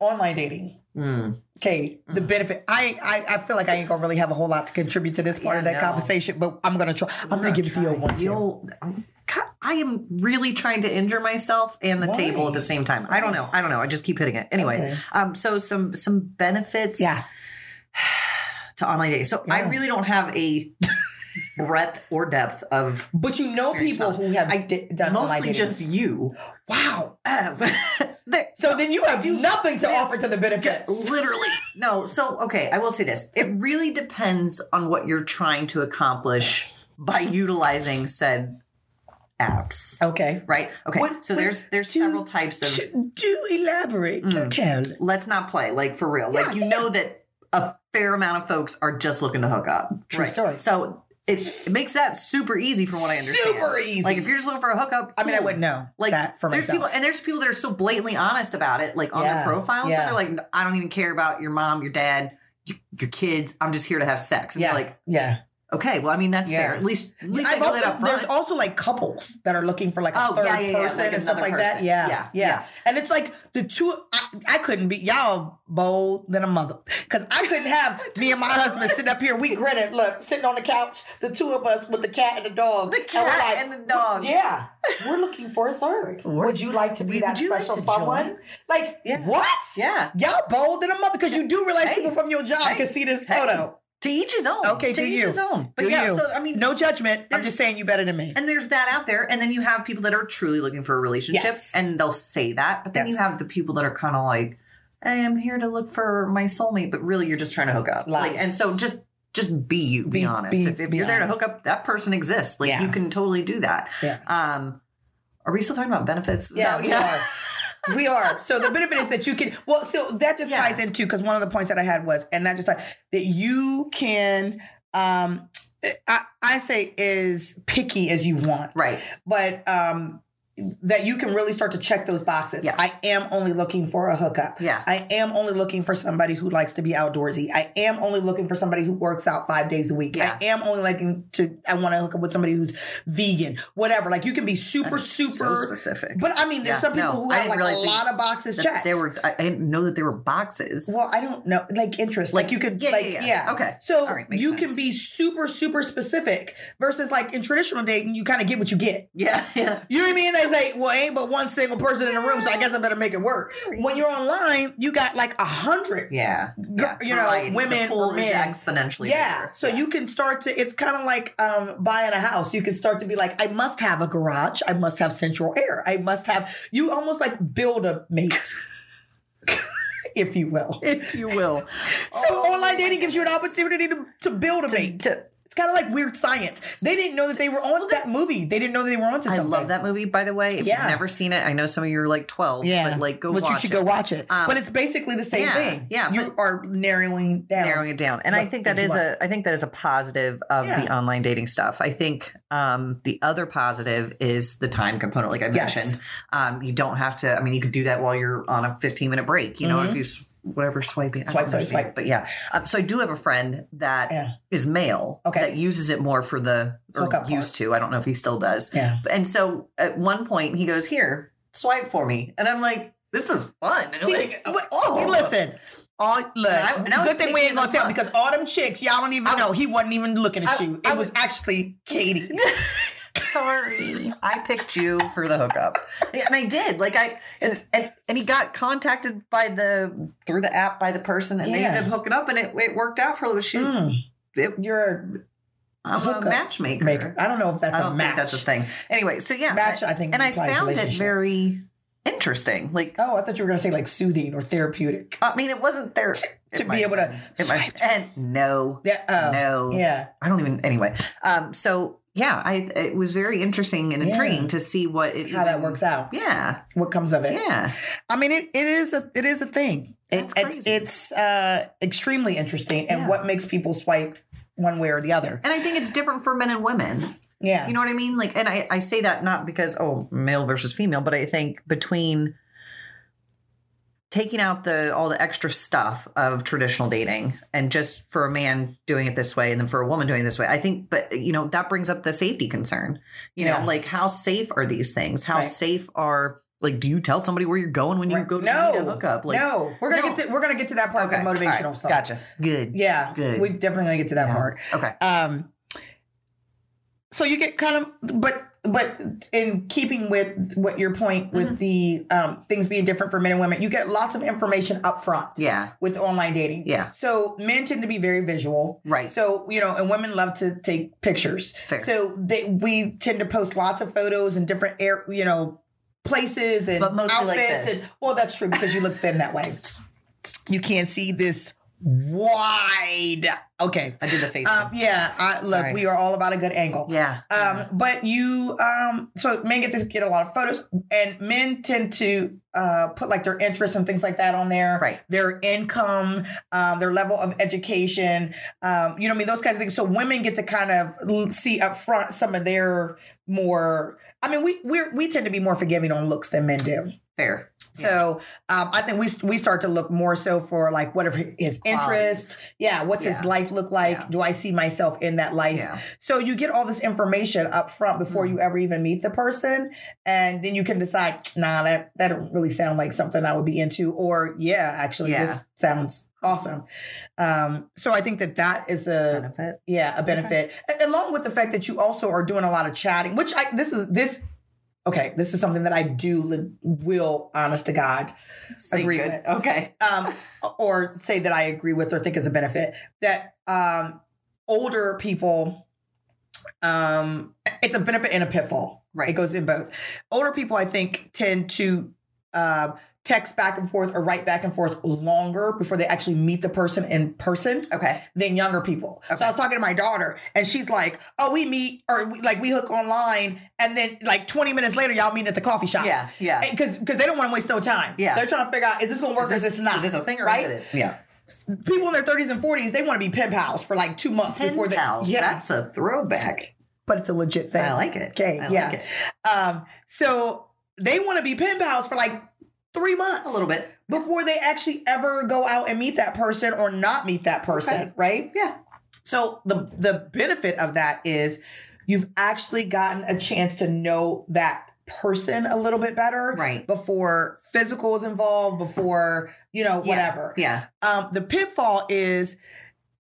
S1: online dating.
S2: Mm.
S1: Okay, the benefit. I, I I feel like I ain't gonna really have a whole lot to contribute to this part
S2: Yeah,
S1: of that
S2: no.
S1: conversation, but I'm gonna try. I'm gonna, give it the old one
S2: The
S1: too.
S2: old- I am really trying to injure myself and the
S1: Why?
S2: table at the same time. I don't know. I don't know. I just keep hitting it. Anyway,
S1: Okay.
S2: um, so some some benefits
S1: Yeah,
S2: to online dating. So I
S1: Yeah.
S2: really don't have a breadth or depth of
S1: but you know
S2: Experience
S1: people who have I, d- done online
S2: mostly
S1: dating.
S2: just you.
S1: wow.
S2: Uh, there-
S1: So then you have nothing to offer to the benefits.
S2: Literally. No. So, okay, I will say this. It really depends on what you're trying to accomplish by utilizing said apps.
S1: Okay.
S2: Right? Okay.
S1: What-
S2: so
S1: what-
S2: there's there's
S1: do-
S2: several types of
S1: Do elaborate.
S2: Mm.
S1: Do tell.
S2: let's not play like for real.
S1: Yeah,
S2: like you know that a fair amount of folks are just looking to hook up.
S1: True story.
S2: So it, it makes that super easy from what I understand.
S1: Super easy.
S2: Like if you're just looking for a hookup,
S1: I mean, I
S2: cool.
S1: wouldn't know
S2: Like
S1: that for
S2: there's
S1: myself.
S2: people and there's people that are so blatantly honest about it, like on
S1: Yeah,
S2: their profiles.
S1: yeah.
S2: And they're like, I don't even care about your mom, your dad, your, your kids. I'm just here to have sex. And
S1: yeah,
S2: you're like,
S1: yeah.
S2: okay, well, I mean that's
S1: Yeah.
S2: fair. At least at least I
S1: I've
S2: know that
S1: also,
S2: up
S1: there's
S2: front.
S1: also like couples that are looking for like a
S2: Oh,
S1: third
S2: yeah, yeah, yeah,
S1: person
S2: like
S1: and stuff
S2: another
S1: like that.
S2: person.
S1: Yeah, yeah,
S2: Yeah, yeah.
S1: And it's like the two. I, I couldn't be y'all bold than a mother because I couldn't have me and my husband sitting up here. We grinning, look, sitting on the couch, the two of us with the cat and the dog.
S2: The
S1: we're
S2: cat and the dog.
S1: Yeah, we're looking for a third. Would you like to be
S2: Would
S1: that
S2: you like
S1: special
S2: to join?
S1: someone? Like
S2: Yeah.
S1: what?
S2: yeah.
S1: Y'all bold than a mother because you do realize
S2: Hey.
S1: people from your job
S2: Hey.
S1: can see this
S2: Hey.
S1: photo.
S2: To each his own.
S1: Okay,
S2: to
S1: do
S2: each
S1: you.
S2: his own. But
S1: Do
S2: yeah,
S1: you.
S2: so I mean
S1: no judgment. I'm
S2: there's-
S1: just saying you better than me.
S2: And there's that out there. And then you have people that are truly looking for a relationship
S1: Yes.
S2: and they'll say that. But then
S1: Yes.
S2: you have the people that are kind of like, I am here to look for my soulmate, but really you're just trying to hook up.
S1: Lies.
S2: Like, and so just just be you, be,
S1: Be-
S2: honest.
S1: be-
S2: if if
S1: be
S2: you're there to
S1: honest.
S2: hook up, that person exists. Like
S1: Yeah.
S2: you can totally do that.
S1: Yeah.
S2: Um are we still talking about benefits? Is
S1: Yeah,
S2: that-
S1: we are. We are. So the benefit is that you can. Well, so that just
S2: Yeah.
S1: ties into because one of the points that I had was, and that just like that you can. um I, I say is picky as you want,
S2: Right.
S1: but um that you can really start to check those boxes.
S2: Yeah.
S1: I am only looking for a hookup.
S2: Yeah.
S1: I am only looking for somebody who likes to be outdoorsy. I am only looking for somebody who works out five days a week.
S2: Yeah.
S1: I am only looking to I want to hook up with somebody who's vegan. Whatever. Like you can be super,
S2: That's so
S1: super
S2: specific.
S1: but I mean, there's
S2: Yeah,
S1: some people
S2: no,
S1: who
S2: I
S1: have like
S2: didn't
S1: a
S2: realize they-
S1: lot of boxes
S2: That
S1: checked.
S2: They were I, I didn't know that they were boxes.
S1: Well, I don't know, like interest, like,
S2: Like,
S1: you could,
S2: yeah,
S1: like, yeah,
S2: yeah, yeah. Okay.
S1: So
S2: All right, makes
S1: you can
S2: sense.
S1: be super, super specific versus like in traditional dating, you kind of get what you get.
S2: yeah. Yeah.
S1: You know what I mean? Like guys like, well, ain't but one single person in the room, so I guess I better make it work. When you're online, you got like a hundred,
S2: yeah, yeah.
S1: you know,
S2: variety. The
S1: women
S2: pool
S1: or
S2: is
S1: men.
S2: exponentially.
S1: Yeah.
S2: bigger.
S1: So you can start to, it's kind of like um, buying a house. You can start to be like, I must have a garage. I must have central air. I must have, you almost like build a mate, if you will.
S2: if you will.
S1: So
S2: Oh
S1: online dating gives you an opportunity to, to build a mate. it's kind of like weird science. They didn't know that they were on that movie. They didn't know that they were onto
S2: I
S1: something.
S2: love that movie, by the way. If
S1: Yeah.
S2: you've never seen it, I know some of you are like 12, but like go
S1: but
S2: watch
S1: you should
S2: it.
S1: go watch it.
S2: Um,
S1: but it's basically the same
S2: yeah,
S1: thing.
S2: yeah,
S1: you are narrowing down.
S2: narrowing it down. And I
S1: What
S2: think that
S1: things
S2: is
S1: you
S2: a I think that is a positive of the
S1: Yeah.
S2: online dating stuff. I think um, the other positive is the time component, like I
S1: Yes.
S2: mentioned. Um, you don't have to. I mean, you could do that while you're on a 15 minute break. You know, if you s- whatever swiping, I
S1: Mm-hmm. Swipe,
S2: don't
S1: swipe,
S2: understand,
S1: swipe.
S2: But yeah, um, so I do have a friend that is
S1: Yeah.
S2: male
S1: Okay.
S2: that uses it more for the or
S1: Hookup part.
S2: used to. I don't know if he still does.
S1: Yeah.
S2: And so at one point he goes, "Here, swipe for me," and I'm like. This is fun. And
S1: See,
S2: like,
S1: but-
S2: oh.
S1: listen. All, look,
S2: I- and I was
S1: good thing we
S2: thinking
S1: ain't gonna
S2: of
S1: tell
S2: us.
S1: because all them chicks, y'all don't even
S2: I-
S1: know. He wasn't even looking at
S2: I-
S1: you. It
S2: I
S1: was, actually Katie.
S2: sorry. I picked you for the hookup. And I did. Like I and, and, and he got contacted by the through the app by the person and they
S1: Yeah. Hmm.
S2: ended up hooking up and it, it worked out for a little shoot. It-
S1: Mm. You're
S2: I'm
S1: Hookup
S2: a matchmaker.
S1: a maker. I don't know if that's
S2: I don't
S1: a
S2: think
S1: match.
S2: that's a thing. Anyway, so yeah.
S1: Match, I think,
S2: and I
S1: implies
S2: found it
S1: relationship.
S2: very interesting. Like
S1: Oh, I thought you were gonna say like soothing or therapeutic.
S2: I mean it wasn't there it
S1: to be
S2: might
S1: able
S2: have
S1: to
S2: been. it might, have been. and no.
S1: Yeah. oh,
S2: no.
S1: Yeah.
S2: I don't even anyway. Um so yeah, I it was very interesting and
S1: Yeah.
S2: intriguing to see what it
S1: How that
S2: even-
S1: works out.
S2: Yeah.
S1: What comes of it?
S2: Yeah.
S1: I mean, it, it is a it is a thing. It,
S2: That's
S1: it's
S2: crazy.
S1: it's uh, extremely interesting, and
S2: Yeah.
S1: what makes people swipe one way or the other.
S2: And I think it's different for men and women.
S1: Yeah.
S2: You know what I mean? Like, and I, I say that not because, oh, male versus female, but I think between taking out the all the extra stuff of traditional dating and just for a man doing it this way and then for a woman doing it this way i think but you know that brings up the safety concern you
S1: Yeah.
S2: know like how safe are these things how
S1: Right.
S2: safe are like do you tell somebody where you're going when you
S1: Right.
S2: go to
S1: no
S2: meet a hookup like
S1: no, we're gonna
S2: No.
S1: get to, we're gonna get to that part
S2: Okay.
S1: of the motivational
S2: All right.
S1: stuff.
S2: gotcha good
S1: Yeah,
S2: Good.
S1: we definitely gonna get to that
S2: Yeah.
S1: part.
S2: okay
S1: Um, so you get kind of, but but in keeping with what your point with
S2: Mm-hmm.
S1: the um, things being different for men and women, you get lots of information up front.
S2: yeah
S1: With online dating.
S2: Yeah.
S1: So men tend to be very visual.
S2: right
S1: So, you know, and women love to take pictures.
S2: Fair.
S1: So they, we tend to post lots of photos in different air, you know, places and
S2: But mostly like
S1: outfits.
S2: this.
S1: And, well, that's true because you look thin that way. You can't see this wide. Okay.
S2: i did the face
S1: Um, yeah. I, look,
S2: Sorry.
S1: we are all about a good angle.
S2: yeah
S1: Um, but you, um, so men get to get a lot of photos, and men tend to uh, put like their interests and things like that on there,
S2: Right.
S1: Their income, um, their level of education, um, you know, what I mean, those kinds of things. So women get to kind of l- see up front some of their more. I mean, we we we tend to be more forgiving on looks than men do.
S2: fair
S1: So um, I think we we start to look more so for like what are his interests? Yeah, what's his
S2: Yeah.
S1: life look like?
S2: Yeah.
S1: Do I see myself in that life?
S2: yeah
S1: So you get all this information up front before you ever even meet the person, and then you can decide, nah, that that don't really sound like something I would be into, or yeah, actually,
S2: Yeah.
S1: this sounds awesome. Um, so I think that that is a
S2: benefit
S1: yeah a benefit, A- along with the fact that you also are doing a lot of chatting, which I this is this. Okay, this is something that I do li- will, honest to God, agree
S2: Say
S1: with.
S2: Okay.
S1: um, or say that I agree with or think is a benefit that um, older people, um, it's a benefit and a pitfall.
S2: Right.
S1: It goes in both. Older people, I think, tend to um text back and forth or write back and forth longer before they actually meet the person in person
S2: Okay.
S1: than younger people. So I was talking to my daughter, and she's like, "Oh, we meet or we, like we hook online, and then like 20 minutes later, y'all meet at the coffee shop."
S2: Yeah. Yeah.
S1: because because they don't want to waste no time.
S2: Yeah.
S1: they're trying to figure out is this going to work or is this not?
S2: Is this a thing or
S1: right?
S2: is it? Yeah.
S1: People in their thirties and forties they want to be pen pals for like two months before they.
S2: Penthouse.
S1: Yeah,
S2: That's a throwback.
S1: but it's a legit thing.
S2: I like it.
S1: Okay,
S2: I
S1: yeah.
S2: Like it.
S1: Um, so they want to be pen pals for like three months
S2: A little bit.
S1: before they actually ever go out and meet that person or not meet that person,
S2: Okay.
S1: right?
S2: Yeah.
S1: So the the benefit of that is you've actually gotten a chance to know that person a little bit better
S2: Right.
S1: before physical is involved, before you know
S2: Yeah.
S1: whatever.
S2: Yeah.
S1: Um, the pitfall is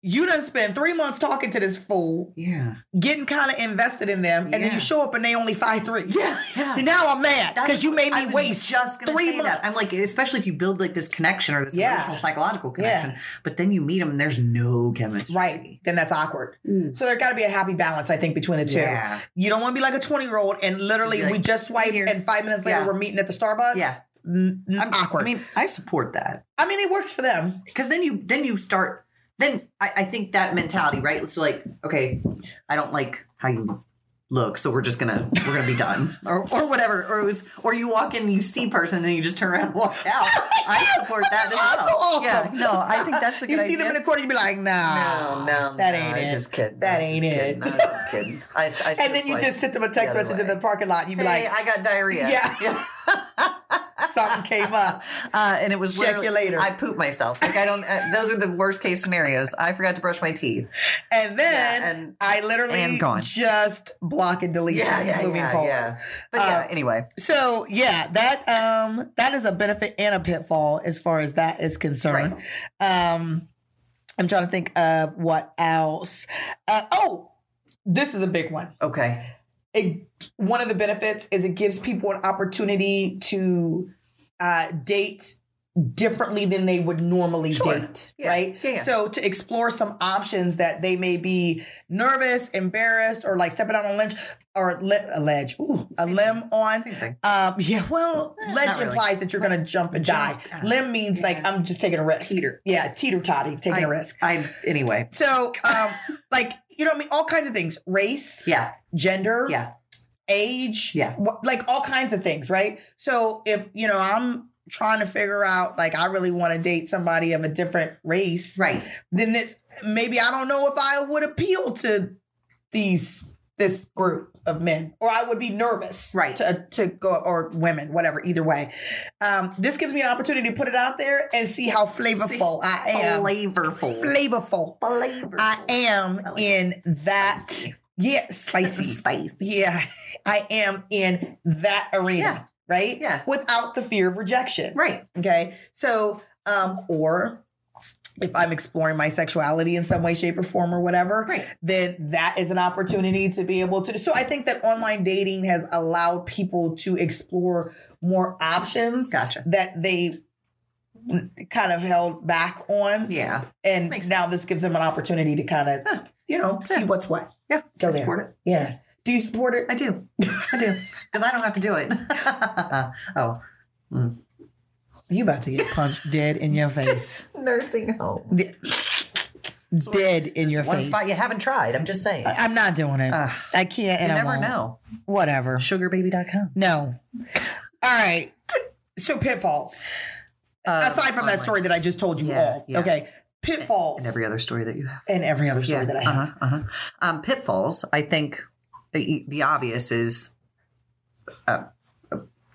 S1: you done spend three months talking to this fool,
S2: Yeah.
S1: getting kind of invested in them, and then
S2: Yeah.
S1: you show up and they only five three.
S2: Yeah. Yeah.
S1: And now I'm mad because
S2: That's-
S1: you made
S2: I
S1: me
S2: was
S1: waste
S2: just gonna
S1: three
S2: say
S1: months.
S2: That. I'm like, especially if you build like this connection or this
S1: Yeah.
S2: emotional psychological
S1: Yeah.
S2: connection, but then you meet them and there's no chemistry.
S1: right. Then that's awkward. So there got to be a happy balance, I think, between the two.
S2: Mm. Yeah.
S1: You don't want to be like a 20 year old and literally
S2: Just be
S1: we
S2: like,
S1: just swiped
S2: here.
S1: and five minutes later
S2: Yeah.
S1: we're meeting at the Starbucks.
S2: Yeah.
S1: N- n-
S2: I'm
S1: awkward.
S2: I mean, I support that
S1: it works for them.
S2: because then you then you start then I, I think that mentality right. So like, okay, I don't like how you look, so we're just gonna we're gonna be done or or whatever. Or it was or you walk in, and you see person, and then you just turn around and walk out. I support that as
S1: That's
S2: well.
S1: also awesome.
S2: Yeah, no, I think that's a good
S1: You see
S2: idea.
S1: them in the corner, you be like, nah.
S2: No, no,
S1: That
S2: no,
S1: ain't
S2: I was
S1: it.
S2: Just kidding.
S1: That
S2: I was
S1: ain't
S2: just
S1: it.
S2: kidding. I was just kidding. I, I
S1: And then you
S2: like,
S1: just send them a text
S2: the other
S1: message in
S2: way.
S1: the parking lot. You be
S2: Hey,
S1: like,
S2: I got diarrhea.
S1: Yeah. something came up.
S2: uh, and it was
S1: Check you
S2: literally-
S1: later.
S2: I pooped myself. Like I don't. Uh, those are the worst case scenarios. I forgot to brush my teeth.
S1: And then
S2: Yeah, and-
S1: I literally
S2: and gone.
S1: just block and delete
S2: Yeah, yeah,
S1: moving
S2: yeah,
S1: forward.
S2: yeah. But yeah,
S1: Uh,
S2: anyway,
S1: So yeah, that um that is a benefit and a pitfall as far as that is concerned. Um I'm trying to think of what else. Uh, oh, this is a big one.
S2: okay.
S1: It, one of the benefits is it gives people an opportunity to uh, date differently than they would normally
S2: Sure.
S1: date,
S2: Yeah.
S1: right?
S2: Yeah, yeah.
S1: So to explore some options that they may be nervous, embarrassed, or like stepping out on a ledge or li- a ledge, ooh, a
S2: Same
S1: limb on.
S2: Same thing.
S1: Um, yeah, well,
S2: Eh,
S1: ledge
S2: not really.
S1: implies that you're going to jump and die.
S2: Jump, uh,
S1: Limb means like
S2: yeah.
S1: I'm just taking a risk.
S2: Teeter.
S1: Yeah, teeter totty, taking a
S2: I-
S1: risk.
S2: I anyway.
S1: So, um, like you know, what I mean, all kinds of things: race,
S2: Yeah,
S1: gender,
S2: yeah,
S1: age,
S2: Yeah.
S1: wh- like all kinds of things, right? So if you know, I'm trying to figure out like I really want to date somebody of a different race,
S2: right.
S1: then this maybe I don't know if I would appeal to these this group of men or I would be nervous
S2: Right.
S1: to to go or women whatever either way um this gives me an opportunity to put it out there and see how flavorful I
S2: Um,
S1: am
S2: Flavorful.
S1: flavorful
S2: Flavorful.
S1: I am
S2: I like
S1: in that
S2: Spicy.
S1: yeah spicy
S2: Spicy.
S1: yeah, I am in that arena,
S2: Yeah.
S1: right?
S2: Yeah.
S1: Without the fear of rejection.
S2: Right.
S1: Okay. So, um, or if I'm exploring my sexuality in some way, shape, or form, or whatever,
S2: Right.
S1: then that is an opportunity to be able to. So, I think that online dating has allowed people to explore more options
S2: Gotcha.
S1: that they kind of held back on,
S2: Yeah.
S1: and
S2: makes
S1: now this gives them an opportunity to kind of,
S2: Huh.
S1: you know, see
S2: Yeah.
S1: what's what.
S2: Yeah.
S1: Go
S2: I
S1: there.
S2: support it.
S1: Yeah. Do you support it?
S2: I do. I do. Because I don't have to do it. oh.
S1: You about to get punched dead in your face.
S2: Nursing home.
S1: De- dead in your
S2: One
S1: face.
S2: spot you haven't tried. I'm just saying.
S1: I'm not doing it.
S2: Ugh.
S1: I can't
S2: you
S1: and I
S2: never
S1: won't.
S2: know.
S1: Whatever.
S2: Sugarbaby.com.
S1: No. All right. So pitfalls.
S2: Um,
S1: Aside from that
S2: online.
S1: story that I just told you
S2: Yeah,
S1: all.
S2: yeah.
S1: Okay. Pitfalls.
S2: And every other story that you have.
S1: And every other story that I have.
S2: Uh-huh, uh-huh. Um, pitfalls. I think the the obvious is uh,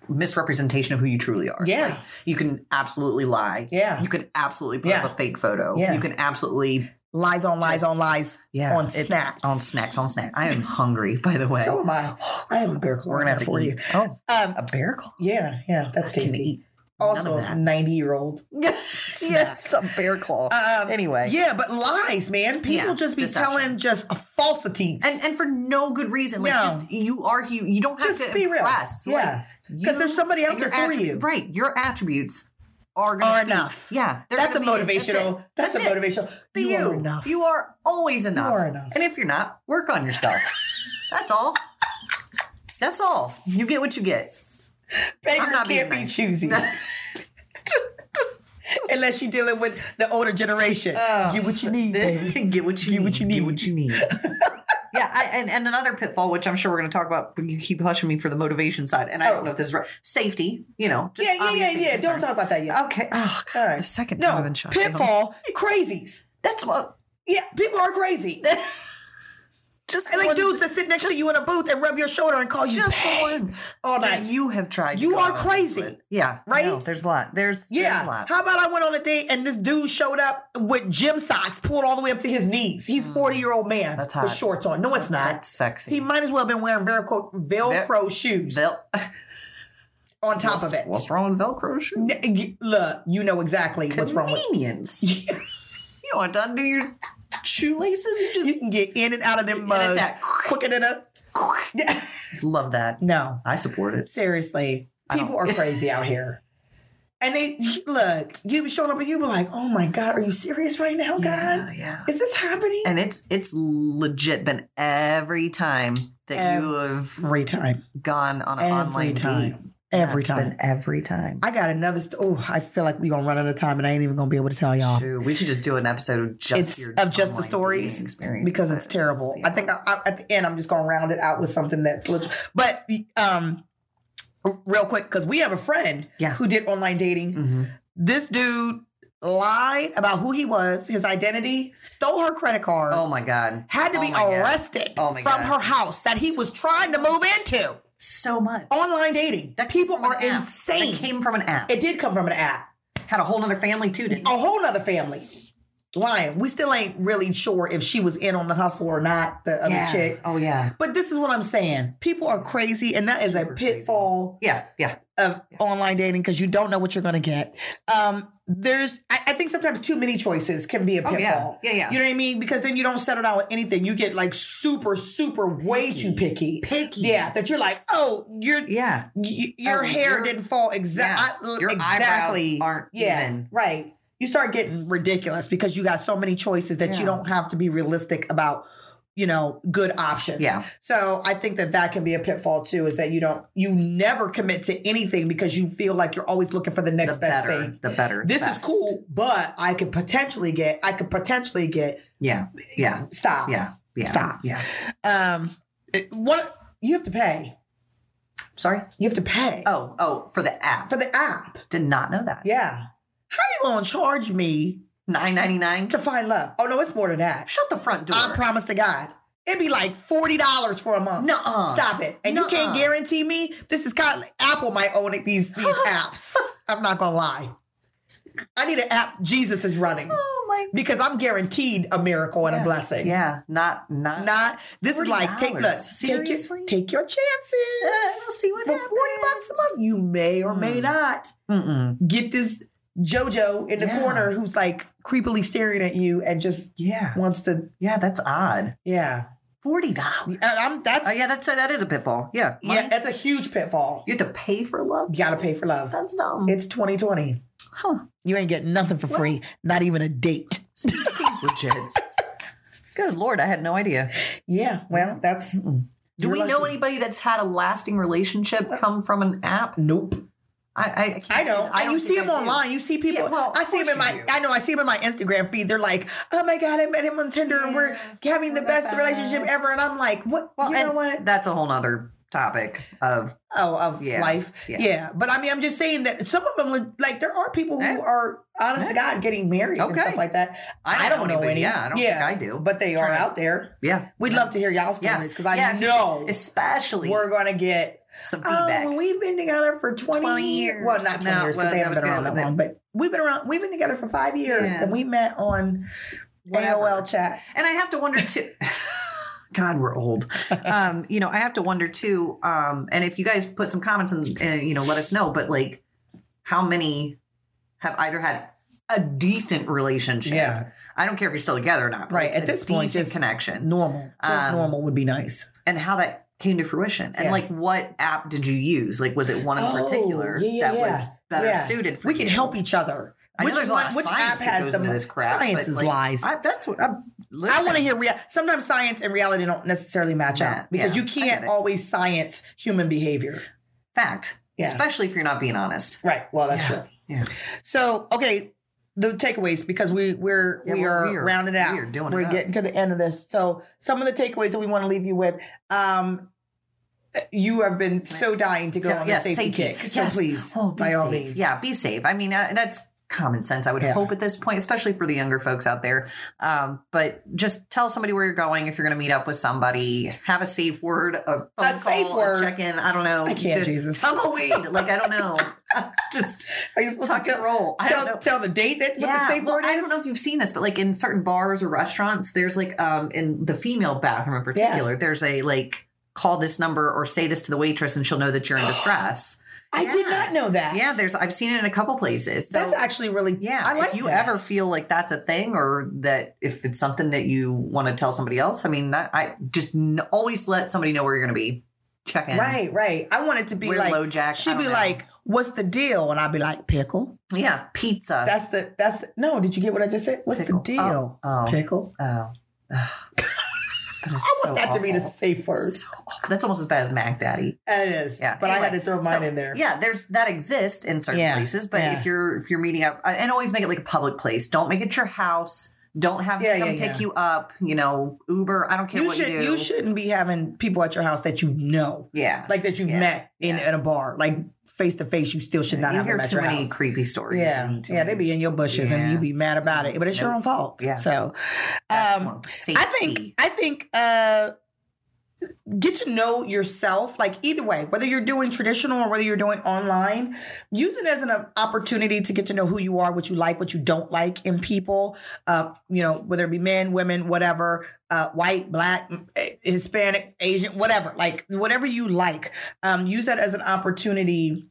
S2: misrepresentation of who you truly are.
S1: Yeah.
S2: Like, you can absolutely lie.
S1: Yeah.
S2: You can absolutely put
S1: Yeah.
S2: up a fake photo.
S1: Yeah.
S2: You can absolutely
S1: Lies on lies
S2: Just-
S1: on lies.
S2: yeah
S1: On
S2: it's-
S1: snacks.
S2: on snacks on snacks. I am hungry. By the way,
S1: So am I. I have a bear claw
S2: we're gonna have to
S1: for
S2: eat.
S1: you.
S2: Oh,
S1: Um,
S2: a bear claw.
S1: yeah, yeah, that's
S2: I can
S1: tasty.
S2: eat.
S1: Also,
S2: that.
S1: 90 year old.
S2: yes, a bear claw.
S1: Um,
S2: anyway,
S1: Yeah, but lies, man. People
S2: Yeah,
S1: just be
S2: deception.
S1: telling just falsities.
S2: and and for no good reason. Like
S1: No.
S2: just you are you. You don't have
S1: Just
S2: to
S1: be real.
S2: impress. Like,
S1: Yeah. 'Cause
S2: you
S1: there's somebody out
S2: and
S1: there
S2: your
S1: for
S2: attri-
S1: you.
S2: Right, your attributes are gonna
S1: Are
S2: speak.
S1: enough.
S2: Yeah, they're
S1: that's a
S2: gonna be- that's it.
S1: motivational. That's,
S2: That's
S1: a
S2: it.
S1: motivational.
S2: Be you,
S1: are enough.
S2: You are always enough.
S1: are enough.
S2: And if you're not, work on yourself. that's all. That's all. You get what you get.
S1: Beggars
S2: I'm not being
S1: can't be
S2: nice.
S1: choosy. Unless you're dealing with the older generation.
S2: Oh.
S1: Get what you need, baby.
S2: get what you
S1: Get
S2: need.
S1: what you need.
S2: Get what you need. yeah, I, and and another pitfall, which I'm sure we're going to talk about. But you keep hushing me for the motivation side, and I
S1: Oh.
S2: don't know if this is right. safety. You know, just
S1: Yeah, yeah, yeah,
S2: obvious
S1: yeah. Don't
S2: concerns.
S1: talk about that yet.
S2: Okay. Oh, God.
S1: All right.
S2: The second time I've
S1: No,
S2: been shot.
S1: pitfall, crazies.
S2: That's what.
S1: Yeah, people are crazy.
S2: Just
S1: And like
S2: one-
S1: dudes that sit next to you in a booth and rub your shoulder and call you
S2: just the
S1: babe
S2: ones Oh,
S1: all
S2: that
S1: night.
S2: you have tried. to
S1: You
S2: go
S1: are
S2: out with.
S1: crazy,
S2: Yeah.
S1: right?
S2: no, there's a lot. There's There's a
S1: Yeah.
S2: lot.
S1: How about I went on a date and this dude showed up with gym socks pulled all the way up to his knees. He's 40 year old man
S2: Mm. That's
S1: with
S2: hot.
S1: shorts on. No, it's not.
S2: That's sexy.
S1: He might as well have been wearing Velcro, Velcro shoes
S2: Vel-
S1: on top of it.
S2: What's wrong with Velcro shoes?
S1: N- y- Look, you know exactly what's wrong with
S2: Convenience. you don't have to undo your shoelaces. You just
S1: You can get in and out of them
S2: And it's
S1: mugs
S2: that-
S1: quicker than a.
S2: love that.
S1: No,
S2: I support it.
S1: seriously,
S2: I don't-
S1: people are crazy out here. And they look, you showed up and you were like, "Oh my god, are you serious right now, Oh, God?
S2: Yeah, yeah.
S1: Is this happening?"
S2: And it's it's legit been every time that you have
S1: Every time,
S2: gone on an
S1: every
S2: online
S1: time,
S2: date.
S1: every
S2: It's
S1: time.
S2: been every time.
S1: I got another. St- oh, I feel like we're gonna run out of time, and I ain't even gonna be able to tell y'all
S2: Shoot, we should just do an episode of just
S1: It's-
S2: your
S1: of just the
S2: online
S1: stories,
S2: dating experience
S1: because it's
S2: But
S1: terrible. I
S2: yeah.
S1: think I, I, at the end I'm just gonna round it out with something that looks. But um, real quick, because we have a friend
S2: Yeah.
S1: who did online dating.
S2: Mhm.
S1: This dude lied about who he was, his identity, stole her credit card.
S2: Oh my god,
S1: Had to
S2: Oh
S1: be
S2: my God.
S1: arrested
S2: Oh my
S1: from
S2: God.
S1: her house that he was trying to move into.
S2: so much.
S1: Online dating.
S2: That came
S1: People
S2: from an
S1: are
S2: app.
S1: insane.
S2: That came from an app.
S1: it did come from an app.
S2: had a whole other family too. Didn't
S1: a
S2: it?
S1: whole nother family. Lying. We still ain't really sure if she was in on the hustle or not, the other
S2: yeah.
S1: chick.
S2: Oh yeah.
S1: But this is what I'm saying. People are crazy, and that is a
S2: Super crazy.
S1: pitfall
S2: Yeah. Yeah.
S1: of online dating because you don't know what you're going to get. Um, there's, I, I think sometimes too many choices can be a
S2: Oh
S1: pitfall.
S2: yeah. Yeah. Yeah.
S1: You know what I mean? Because then you don't settle down with anything. You get like super, super, way too picky.
S2: picky.
S1: Yeah, that you're like, oh, your
S2: Yeah.
S1: y- your
S2: Oh,
S1: hair
S2: your-
S1: didn't fall exactly.
S2: yeah. Your eyebrows
S1: exactly.
S2: aren't
S1: yeah,
S2: even.
S1: right. You start getting ridiculous because you got so many choices that
S2: Yeah.
S1: you don't have to be realistic about. You know, good options.
S2: Yeah.
S1: So I think that that can be a pitfall too. Is that you don't, you never commit to anything because you feel like you're always looking for the next
S2: The
S1: best
S2: better.
S1: thing.
S2: The better. the
S1: This
S2: best.
S1: is cool, but I could potentially get, I could potentially get
S2: Yeah. Yeah.
S1: stop.
S2: Yeah. Yeah.
S1: Stop.
S2: Yeah.
S1: Um, it- what you have to pay?
S2: Sorry.
S1: You have to pay
S2: Oh. Oh. For the app.
S1: for the app.
S2: Did not know that.
S1: Yeah. How you gonna charge me
S2: Nine ninety nine.
S1: to find love? Oh no, it's more than that.
S2: Shut the front door.
S1: I promise to God, it'd be like forty dollars for a month.
S2: Nuh-uh.
S1: stop it. And you can't
S2: Nuh-uh.
S1: guarantee me. This is kind of like Apple might own it. These these apps. I'm not gonna lie. I need an app. Jesus is running
S2: oh my.
S1: because I'm guaranteed a miracle and a blessing.
S2: Yeah. Not. Not.
S1: Not this is like take look,
S2: $40?
S1: take your,
S2: Seriously?
S1: take your chances.
S2: we'll see what
S1: For forty bucks a
S2: happens.
S1: month, you may or may not
S2: Mm-mm.
S1: get this JoJo in the
S2: Yeah.
S1: corner who's like creepily staring at you and just
S2: Yeah.
S1: wants to,
S2: Yeah. That's odd.
S1: yeah.
S2: Forty dollars.
S1: I, am that's
S2: Oh yeah. That's that is a pitfall. Yeah.
S1: yeah, that's a huge pitfall.
S2: You have to pay for love.
S1: You gotta pay for love.
S2: That's dumb.
S1: It's 2020.
S2: huh.
S1: You ain't getting nothing for free, not even a date.
S2: Seems legit. Good lord, I had no idea.
S1: Yeah, well, that's
S2: Do
S1: You're
S2: we know
S1: lucky.
S2: anybody that's had a lasting relationship come from an app?
S1: nope.
S2: I I, can't
S1: I
S2: say
S1: know.
S2: that.
S1: And you
S2: don't
S1: see
S2: think
S1: them
S2: I do.
S1: online. You see people.
S2: Yeah, well, of
S1: I see them in
S2: course
S1: my.
S2: you do.
S1: I know. I see them in my Instagram feed. They're like, "Oh my god, I met him on Tinder, and we're having the
S2: we're the
S1: best, relationship
S2: best.
S1: ever." And I'm like, "What?
S2: Well,
S1: you
S2: and
S1: know what?
S2: That's a whole nother topic of
S1: Oh, of
S2: Yeah,
S1: life. Yeah.
S2: yeah.
S1: But I mean, I'm just saying that some of them, like, there are people who
S2: Yeah.
S1: are honest to God getting married and
S2: Okay.
S1: stuff like that.
S2: I, don't know any. Yeah, I don't
S1: Yeah.
S2: think I do.
S1: But they are
S2: Sure.
S1: out there.
S2: yeah,
S1: We'd love to hear y'all
S2: Yeah.
S1: stories because I
S2: Yeah, if you-
S1: know
S2: especially
S1: we're going to get.
S2: some feedback.
S1: Oh, well, we've been together for 20,
S2: 20
S1: years. Well, not 20
S2: No,
S1: years
S2: well,
S1: because they
S2: that
S1: haven't
S2: was
S1: been around
S2: good.
S1: that long, but we've been around, we've been together for five years
S2: Yeah.
S1: and we met on
S2: Whatever.
S1: AOL chat.
S2: And I have to wonder too. God, we're old. Um, you know, I have to wonder too. Um, and if you guys put some comments and, and you know, let us know. But like, how many have either had a decent relationship?
S1: Yeah.
S2: I don't care if you're still together or not. but,
S1: Right,
S2: like,
S1: at
S2: a
S1: this point,
S2: decent
S1: just-
S2: connection
S1: Normal. Just
S2: Um,
S1: normal would be nice.
S2: and how that came to fruition. And
S1: Yeah.
S2: like, what app did you use? Like, was it one in
S1: Oh,
S2: particular
S1: yeah, yeah,
S2: that was
S1: yeah.
S2: better
S1: Yeah.
S2: suited for
S1: We can
S2: you?
S1: help each other.
S2: I know there's a lot of
S1: which
S2: science
S1: app
S2: that
S1: has
S2: goes
S1: the
S2: into this crap.
S1: Science
S2: but,
S1: is
S2: like,
S1: lies.
S2: I, that's what I'm.
S1: I want to
S2: listen.
S1: hear real. Sometimes science and reality don't necessarily match
S2: Yeah,
S1: up because
S2: yeah,
S1: you
S2: I get
S1: can't
S2: it.
S1: always science human behavior.
S2: fact,
S1: Yeah.
S2: especially if you're not being honest.
S1: Right. Well, that's
S2: Yeah,
S1: true.
S2: yeah.
S1: So, okay, the takeaways because we we're
S2: Yeah,
S1: we
S2: we're-
S1: are
S2: we are-
S1: rounding out.
S2: we are doing it
S1: We're
S2: up.
S1: getting to the end of this. So, some of the takeaways that we want to leave you with. Um, you have been so dying to go on the safety, kick. So
S2: Yes.
S1: please,
S2: oh, be
S1: by
S2: safe.
S1: all means,
S2: yeah, be safe. I mean, uh, that's common sense. I would
S1: Yeah.
S2: hope at this point, especially for the younger folks out there. Um, but just tell somebody where you're going if you're going to meet up with somebody. Have a safe word, a phone
S1: A
S2: call,
S1: safe word?
S2: check in. I don't know.
S1: I can't,
S2: Just
S1: Jesus.
S2: Tumbleweed. like I don't know. just
S1: Are you supposed
S2: tuck
S1: to
S2: and
S1: tell,
S2: roll. I don't know.
S1: tell, tell the date that what the
S2: yeah,
S1: safe
S2: well,
S1: word is?
S2: I don't know if you've seen this, but like in certain bars or restaurants, there's like um in the female bathroom in particular, there's a like call this number or say this to the waitress and she'll know that you're in distress.
S1: I did
S2: Yeah.
S1: not know that.
S2: Yeah, there's I've seen it in a couple places. So
S1: that's actually really
S2: yeah,
S1: I like
S2: if you
S1: that.
S2: ever feel like that's a thing or that if it's something that you want to tell somebody else, I mean, that, I just n- always let somebody know where you're going to be. Check in.
S1: Right, right. I want it to be
S2: We're
S1: like
S2: low jack. I
S1: she'd
S2: don't
S1: be
S2: know.
S1: like, "What's the deal?" And I'd be like, "Pickle."
S2: yeah, pizza.
S1: That's the that's the, no. Did you get what I just said? What's
S2: Uh, Pickle.
S1: the deal?
S2: Oh.
S1: Pickle.
S2: Oh. I
S1: I want that to be the safe word.
S2: That's almost as bad as Mac Daddy.
S1: That is.
S2: Yeah.
S1: But I had
S2: Anyway,
S1: to throw mine
S2: so,
S1: in there.
S2: Yeah, there's that exists in certain
S1: Yeah,
S2: places, but
S1: yeah.
S2: if you're if you're meeting up, and always make it like a public place. Don't make it your house. Don't have
S1: Yeah,
S2: them come
S1: yeah,
S2: pick
S1: yeah.
S2: you up. You know, Uber. I don't care
S1: You
S2: what
S1: should
S2: you
S1: you,
S2: do.
S1: shouldn't be having people at your house that you know,
S2: yeah,
S1: like that you
S2: Yeah.
S1: met in
S2: Yeah.
S1: at a bar, like face to face. You still should not
S2: you
S1: have
S2: hear
S1: them at
S2: too
S1: your
S2: many
S1: house.
S2: creepy stories.
S1: Yeah,
S2: and too
S1: yeah, they
S2: many-
S1: be in your bushes and
S2: Yeah.
S1: you be mad about it, but it's your
S2: Nope.
S1: own fault.
S2: Yeah.
S1: So,
S2: that's
S1: um,
S2: one.
S1: I
S2: Safety.
S1: think I think uh get to know yourself like either way whether you're doing traditional or whether you're doing online use it as an uh, opportunity to get to know who you are what you like what you don't like in people uh you know whether it be men women whatever uh white black m- eh, hispanic asian whatever like whatever you like um use that as an opportunity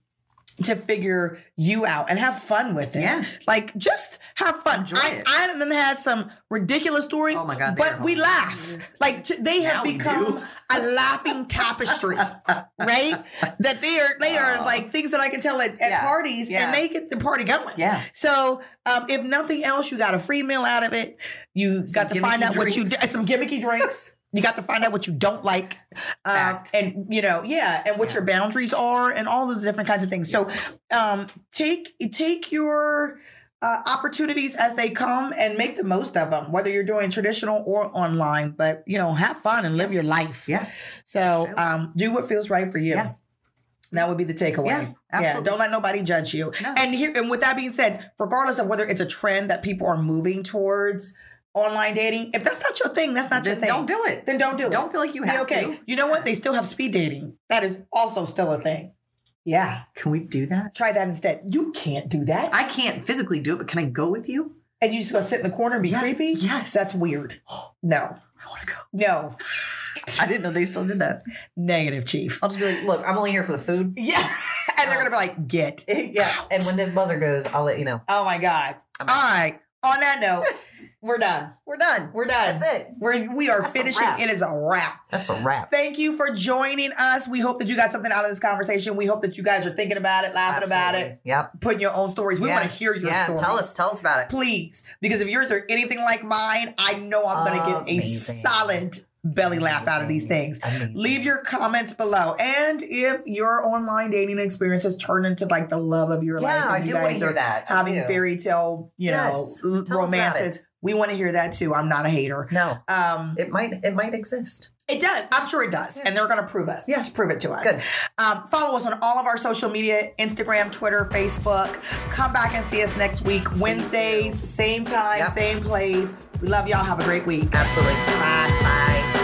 S1: to figure you out and have fun with it
S2: Yeah.
S1: like just have fun
S2: Enjoy
S1: I,
S2: it.
S1: I done had some ridiculous stories
S2: Oh my God, they
S1: but
S2: are
S1: we
S2: hilarious.
S1: laugh. Like t- they have
S2: Now we
S1: become
S2: do.
S1: a laughing tapestry, right? That they are they are like things that I can tell at, at
S2: Yeah.
S1: parties,
S2: Yeah.
S1: and they get the party going.
S2: Yeah.
S1: So um, if nothing else, you got a free meal out of it. You
S2: Some
S1: got to find
S2: gimmicky
S1: out what you
S2: drinks.
S1: d- some gimmicky drinks. You got to find out what you don't like, um,
S2: Fact.
S1: and you know, yeah, and what
S2: Yeah.
S1: your boundaries are, and all those different kinds of things. So, um, take take your uh, opportunities as they come and make the most of them, whether you're doing traditional or online. But you know, have fun and live your life.
S2: Yeah.
S1: So
S2: Sure.
S1: um, do what feels right for you.
S2: Yeah.
S1: And That would be the takeaway.
S2: Yeah, absolutely.
S1: Don't let nobody judge you.
S2: No.
S1: And here, and with that being said, regardless of whether it's a trend that people are moving towards online dating, if that's not your thing, that's not your
S2: Then
S1: thing.
S2: don't do it.
S1: Then don't do it.
S2: Don't feel like you
S1: Be
S2: have
S1: okay.
S2: to.
S1: You know what? They still have speed dating. That is also still a thing. Yeah.
S2: Can we do that?
S1: Try that instead. You can't do that.
S2: I can't physically do it, but can I go with you?
S1: and you just gonna sit in the corner and be
S2: Yeah.
S1: creepy?
S2: Yes.
S1: That's weird. No.
S2: I want to go.
S1: No.
S2: I didn't know they still did that.
S1: Negative, chief.
S2: I'll just be like, look, I'm only here for the food.
S1: Yeah. and they're gonna be like, get.
S2: yeah. And when this buzzer goes, I'll let you know.
S1: Oh my God. All
S2: I'm out.
S1: right. On that note, we're done.
S2: We're done.
S1: We're done.
S2: That's it.
S1: We're, we are
S2: That's a
S1: finishing.
S2: wrap.
S1: It is a wrap.
S2: That's a wrap.
S1: Thank you for joining us. We hope that you got something out of this conversation. We hope that you guys are thinking about it, laughing about it,
S2: Yep.
S1: putting your own stories. We
S2: Yeah.
S1: want to hear your
S2: yeah,
S1: story.
S2: Tell us. Tell us about it.
S1: Please, because if yours are anything like mine, I know I'm going to get a
S2: Amazing.
S1: solid belly laugh out of these things.
S2: Amazing.
S1: Leave your comments below. And if your online dating experience has turned into like the love of your life,
S2: Yeah,
S1: and
S2: I
S1: you
S2: do want to
S1: guys
S2: hear
S1: are
S2: that. I
S1: having
S2: do.
S1: fairy tale, you
S2: Yes.
S1: know, l-
S2: Tell us about
S1: romances, we want to hear that too. I'm not a hater.
S2: No.
S1: Um,
S2: It might. It might exist.
S1: it does. I'm sure it does. And they're going to prove us.
S2: Yeah.
S1: To prove it to us.
S2: Good.
S1: Um, follow us on all of our social media Instagram, Twitter, Facebook. Come back and see us next week, Wednesdays, same time,
S2: Yep.
S1: same place. We love y'all. Have a great week.
S2: Absolutely. Bye. Bye.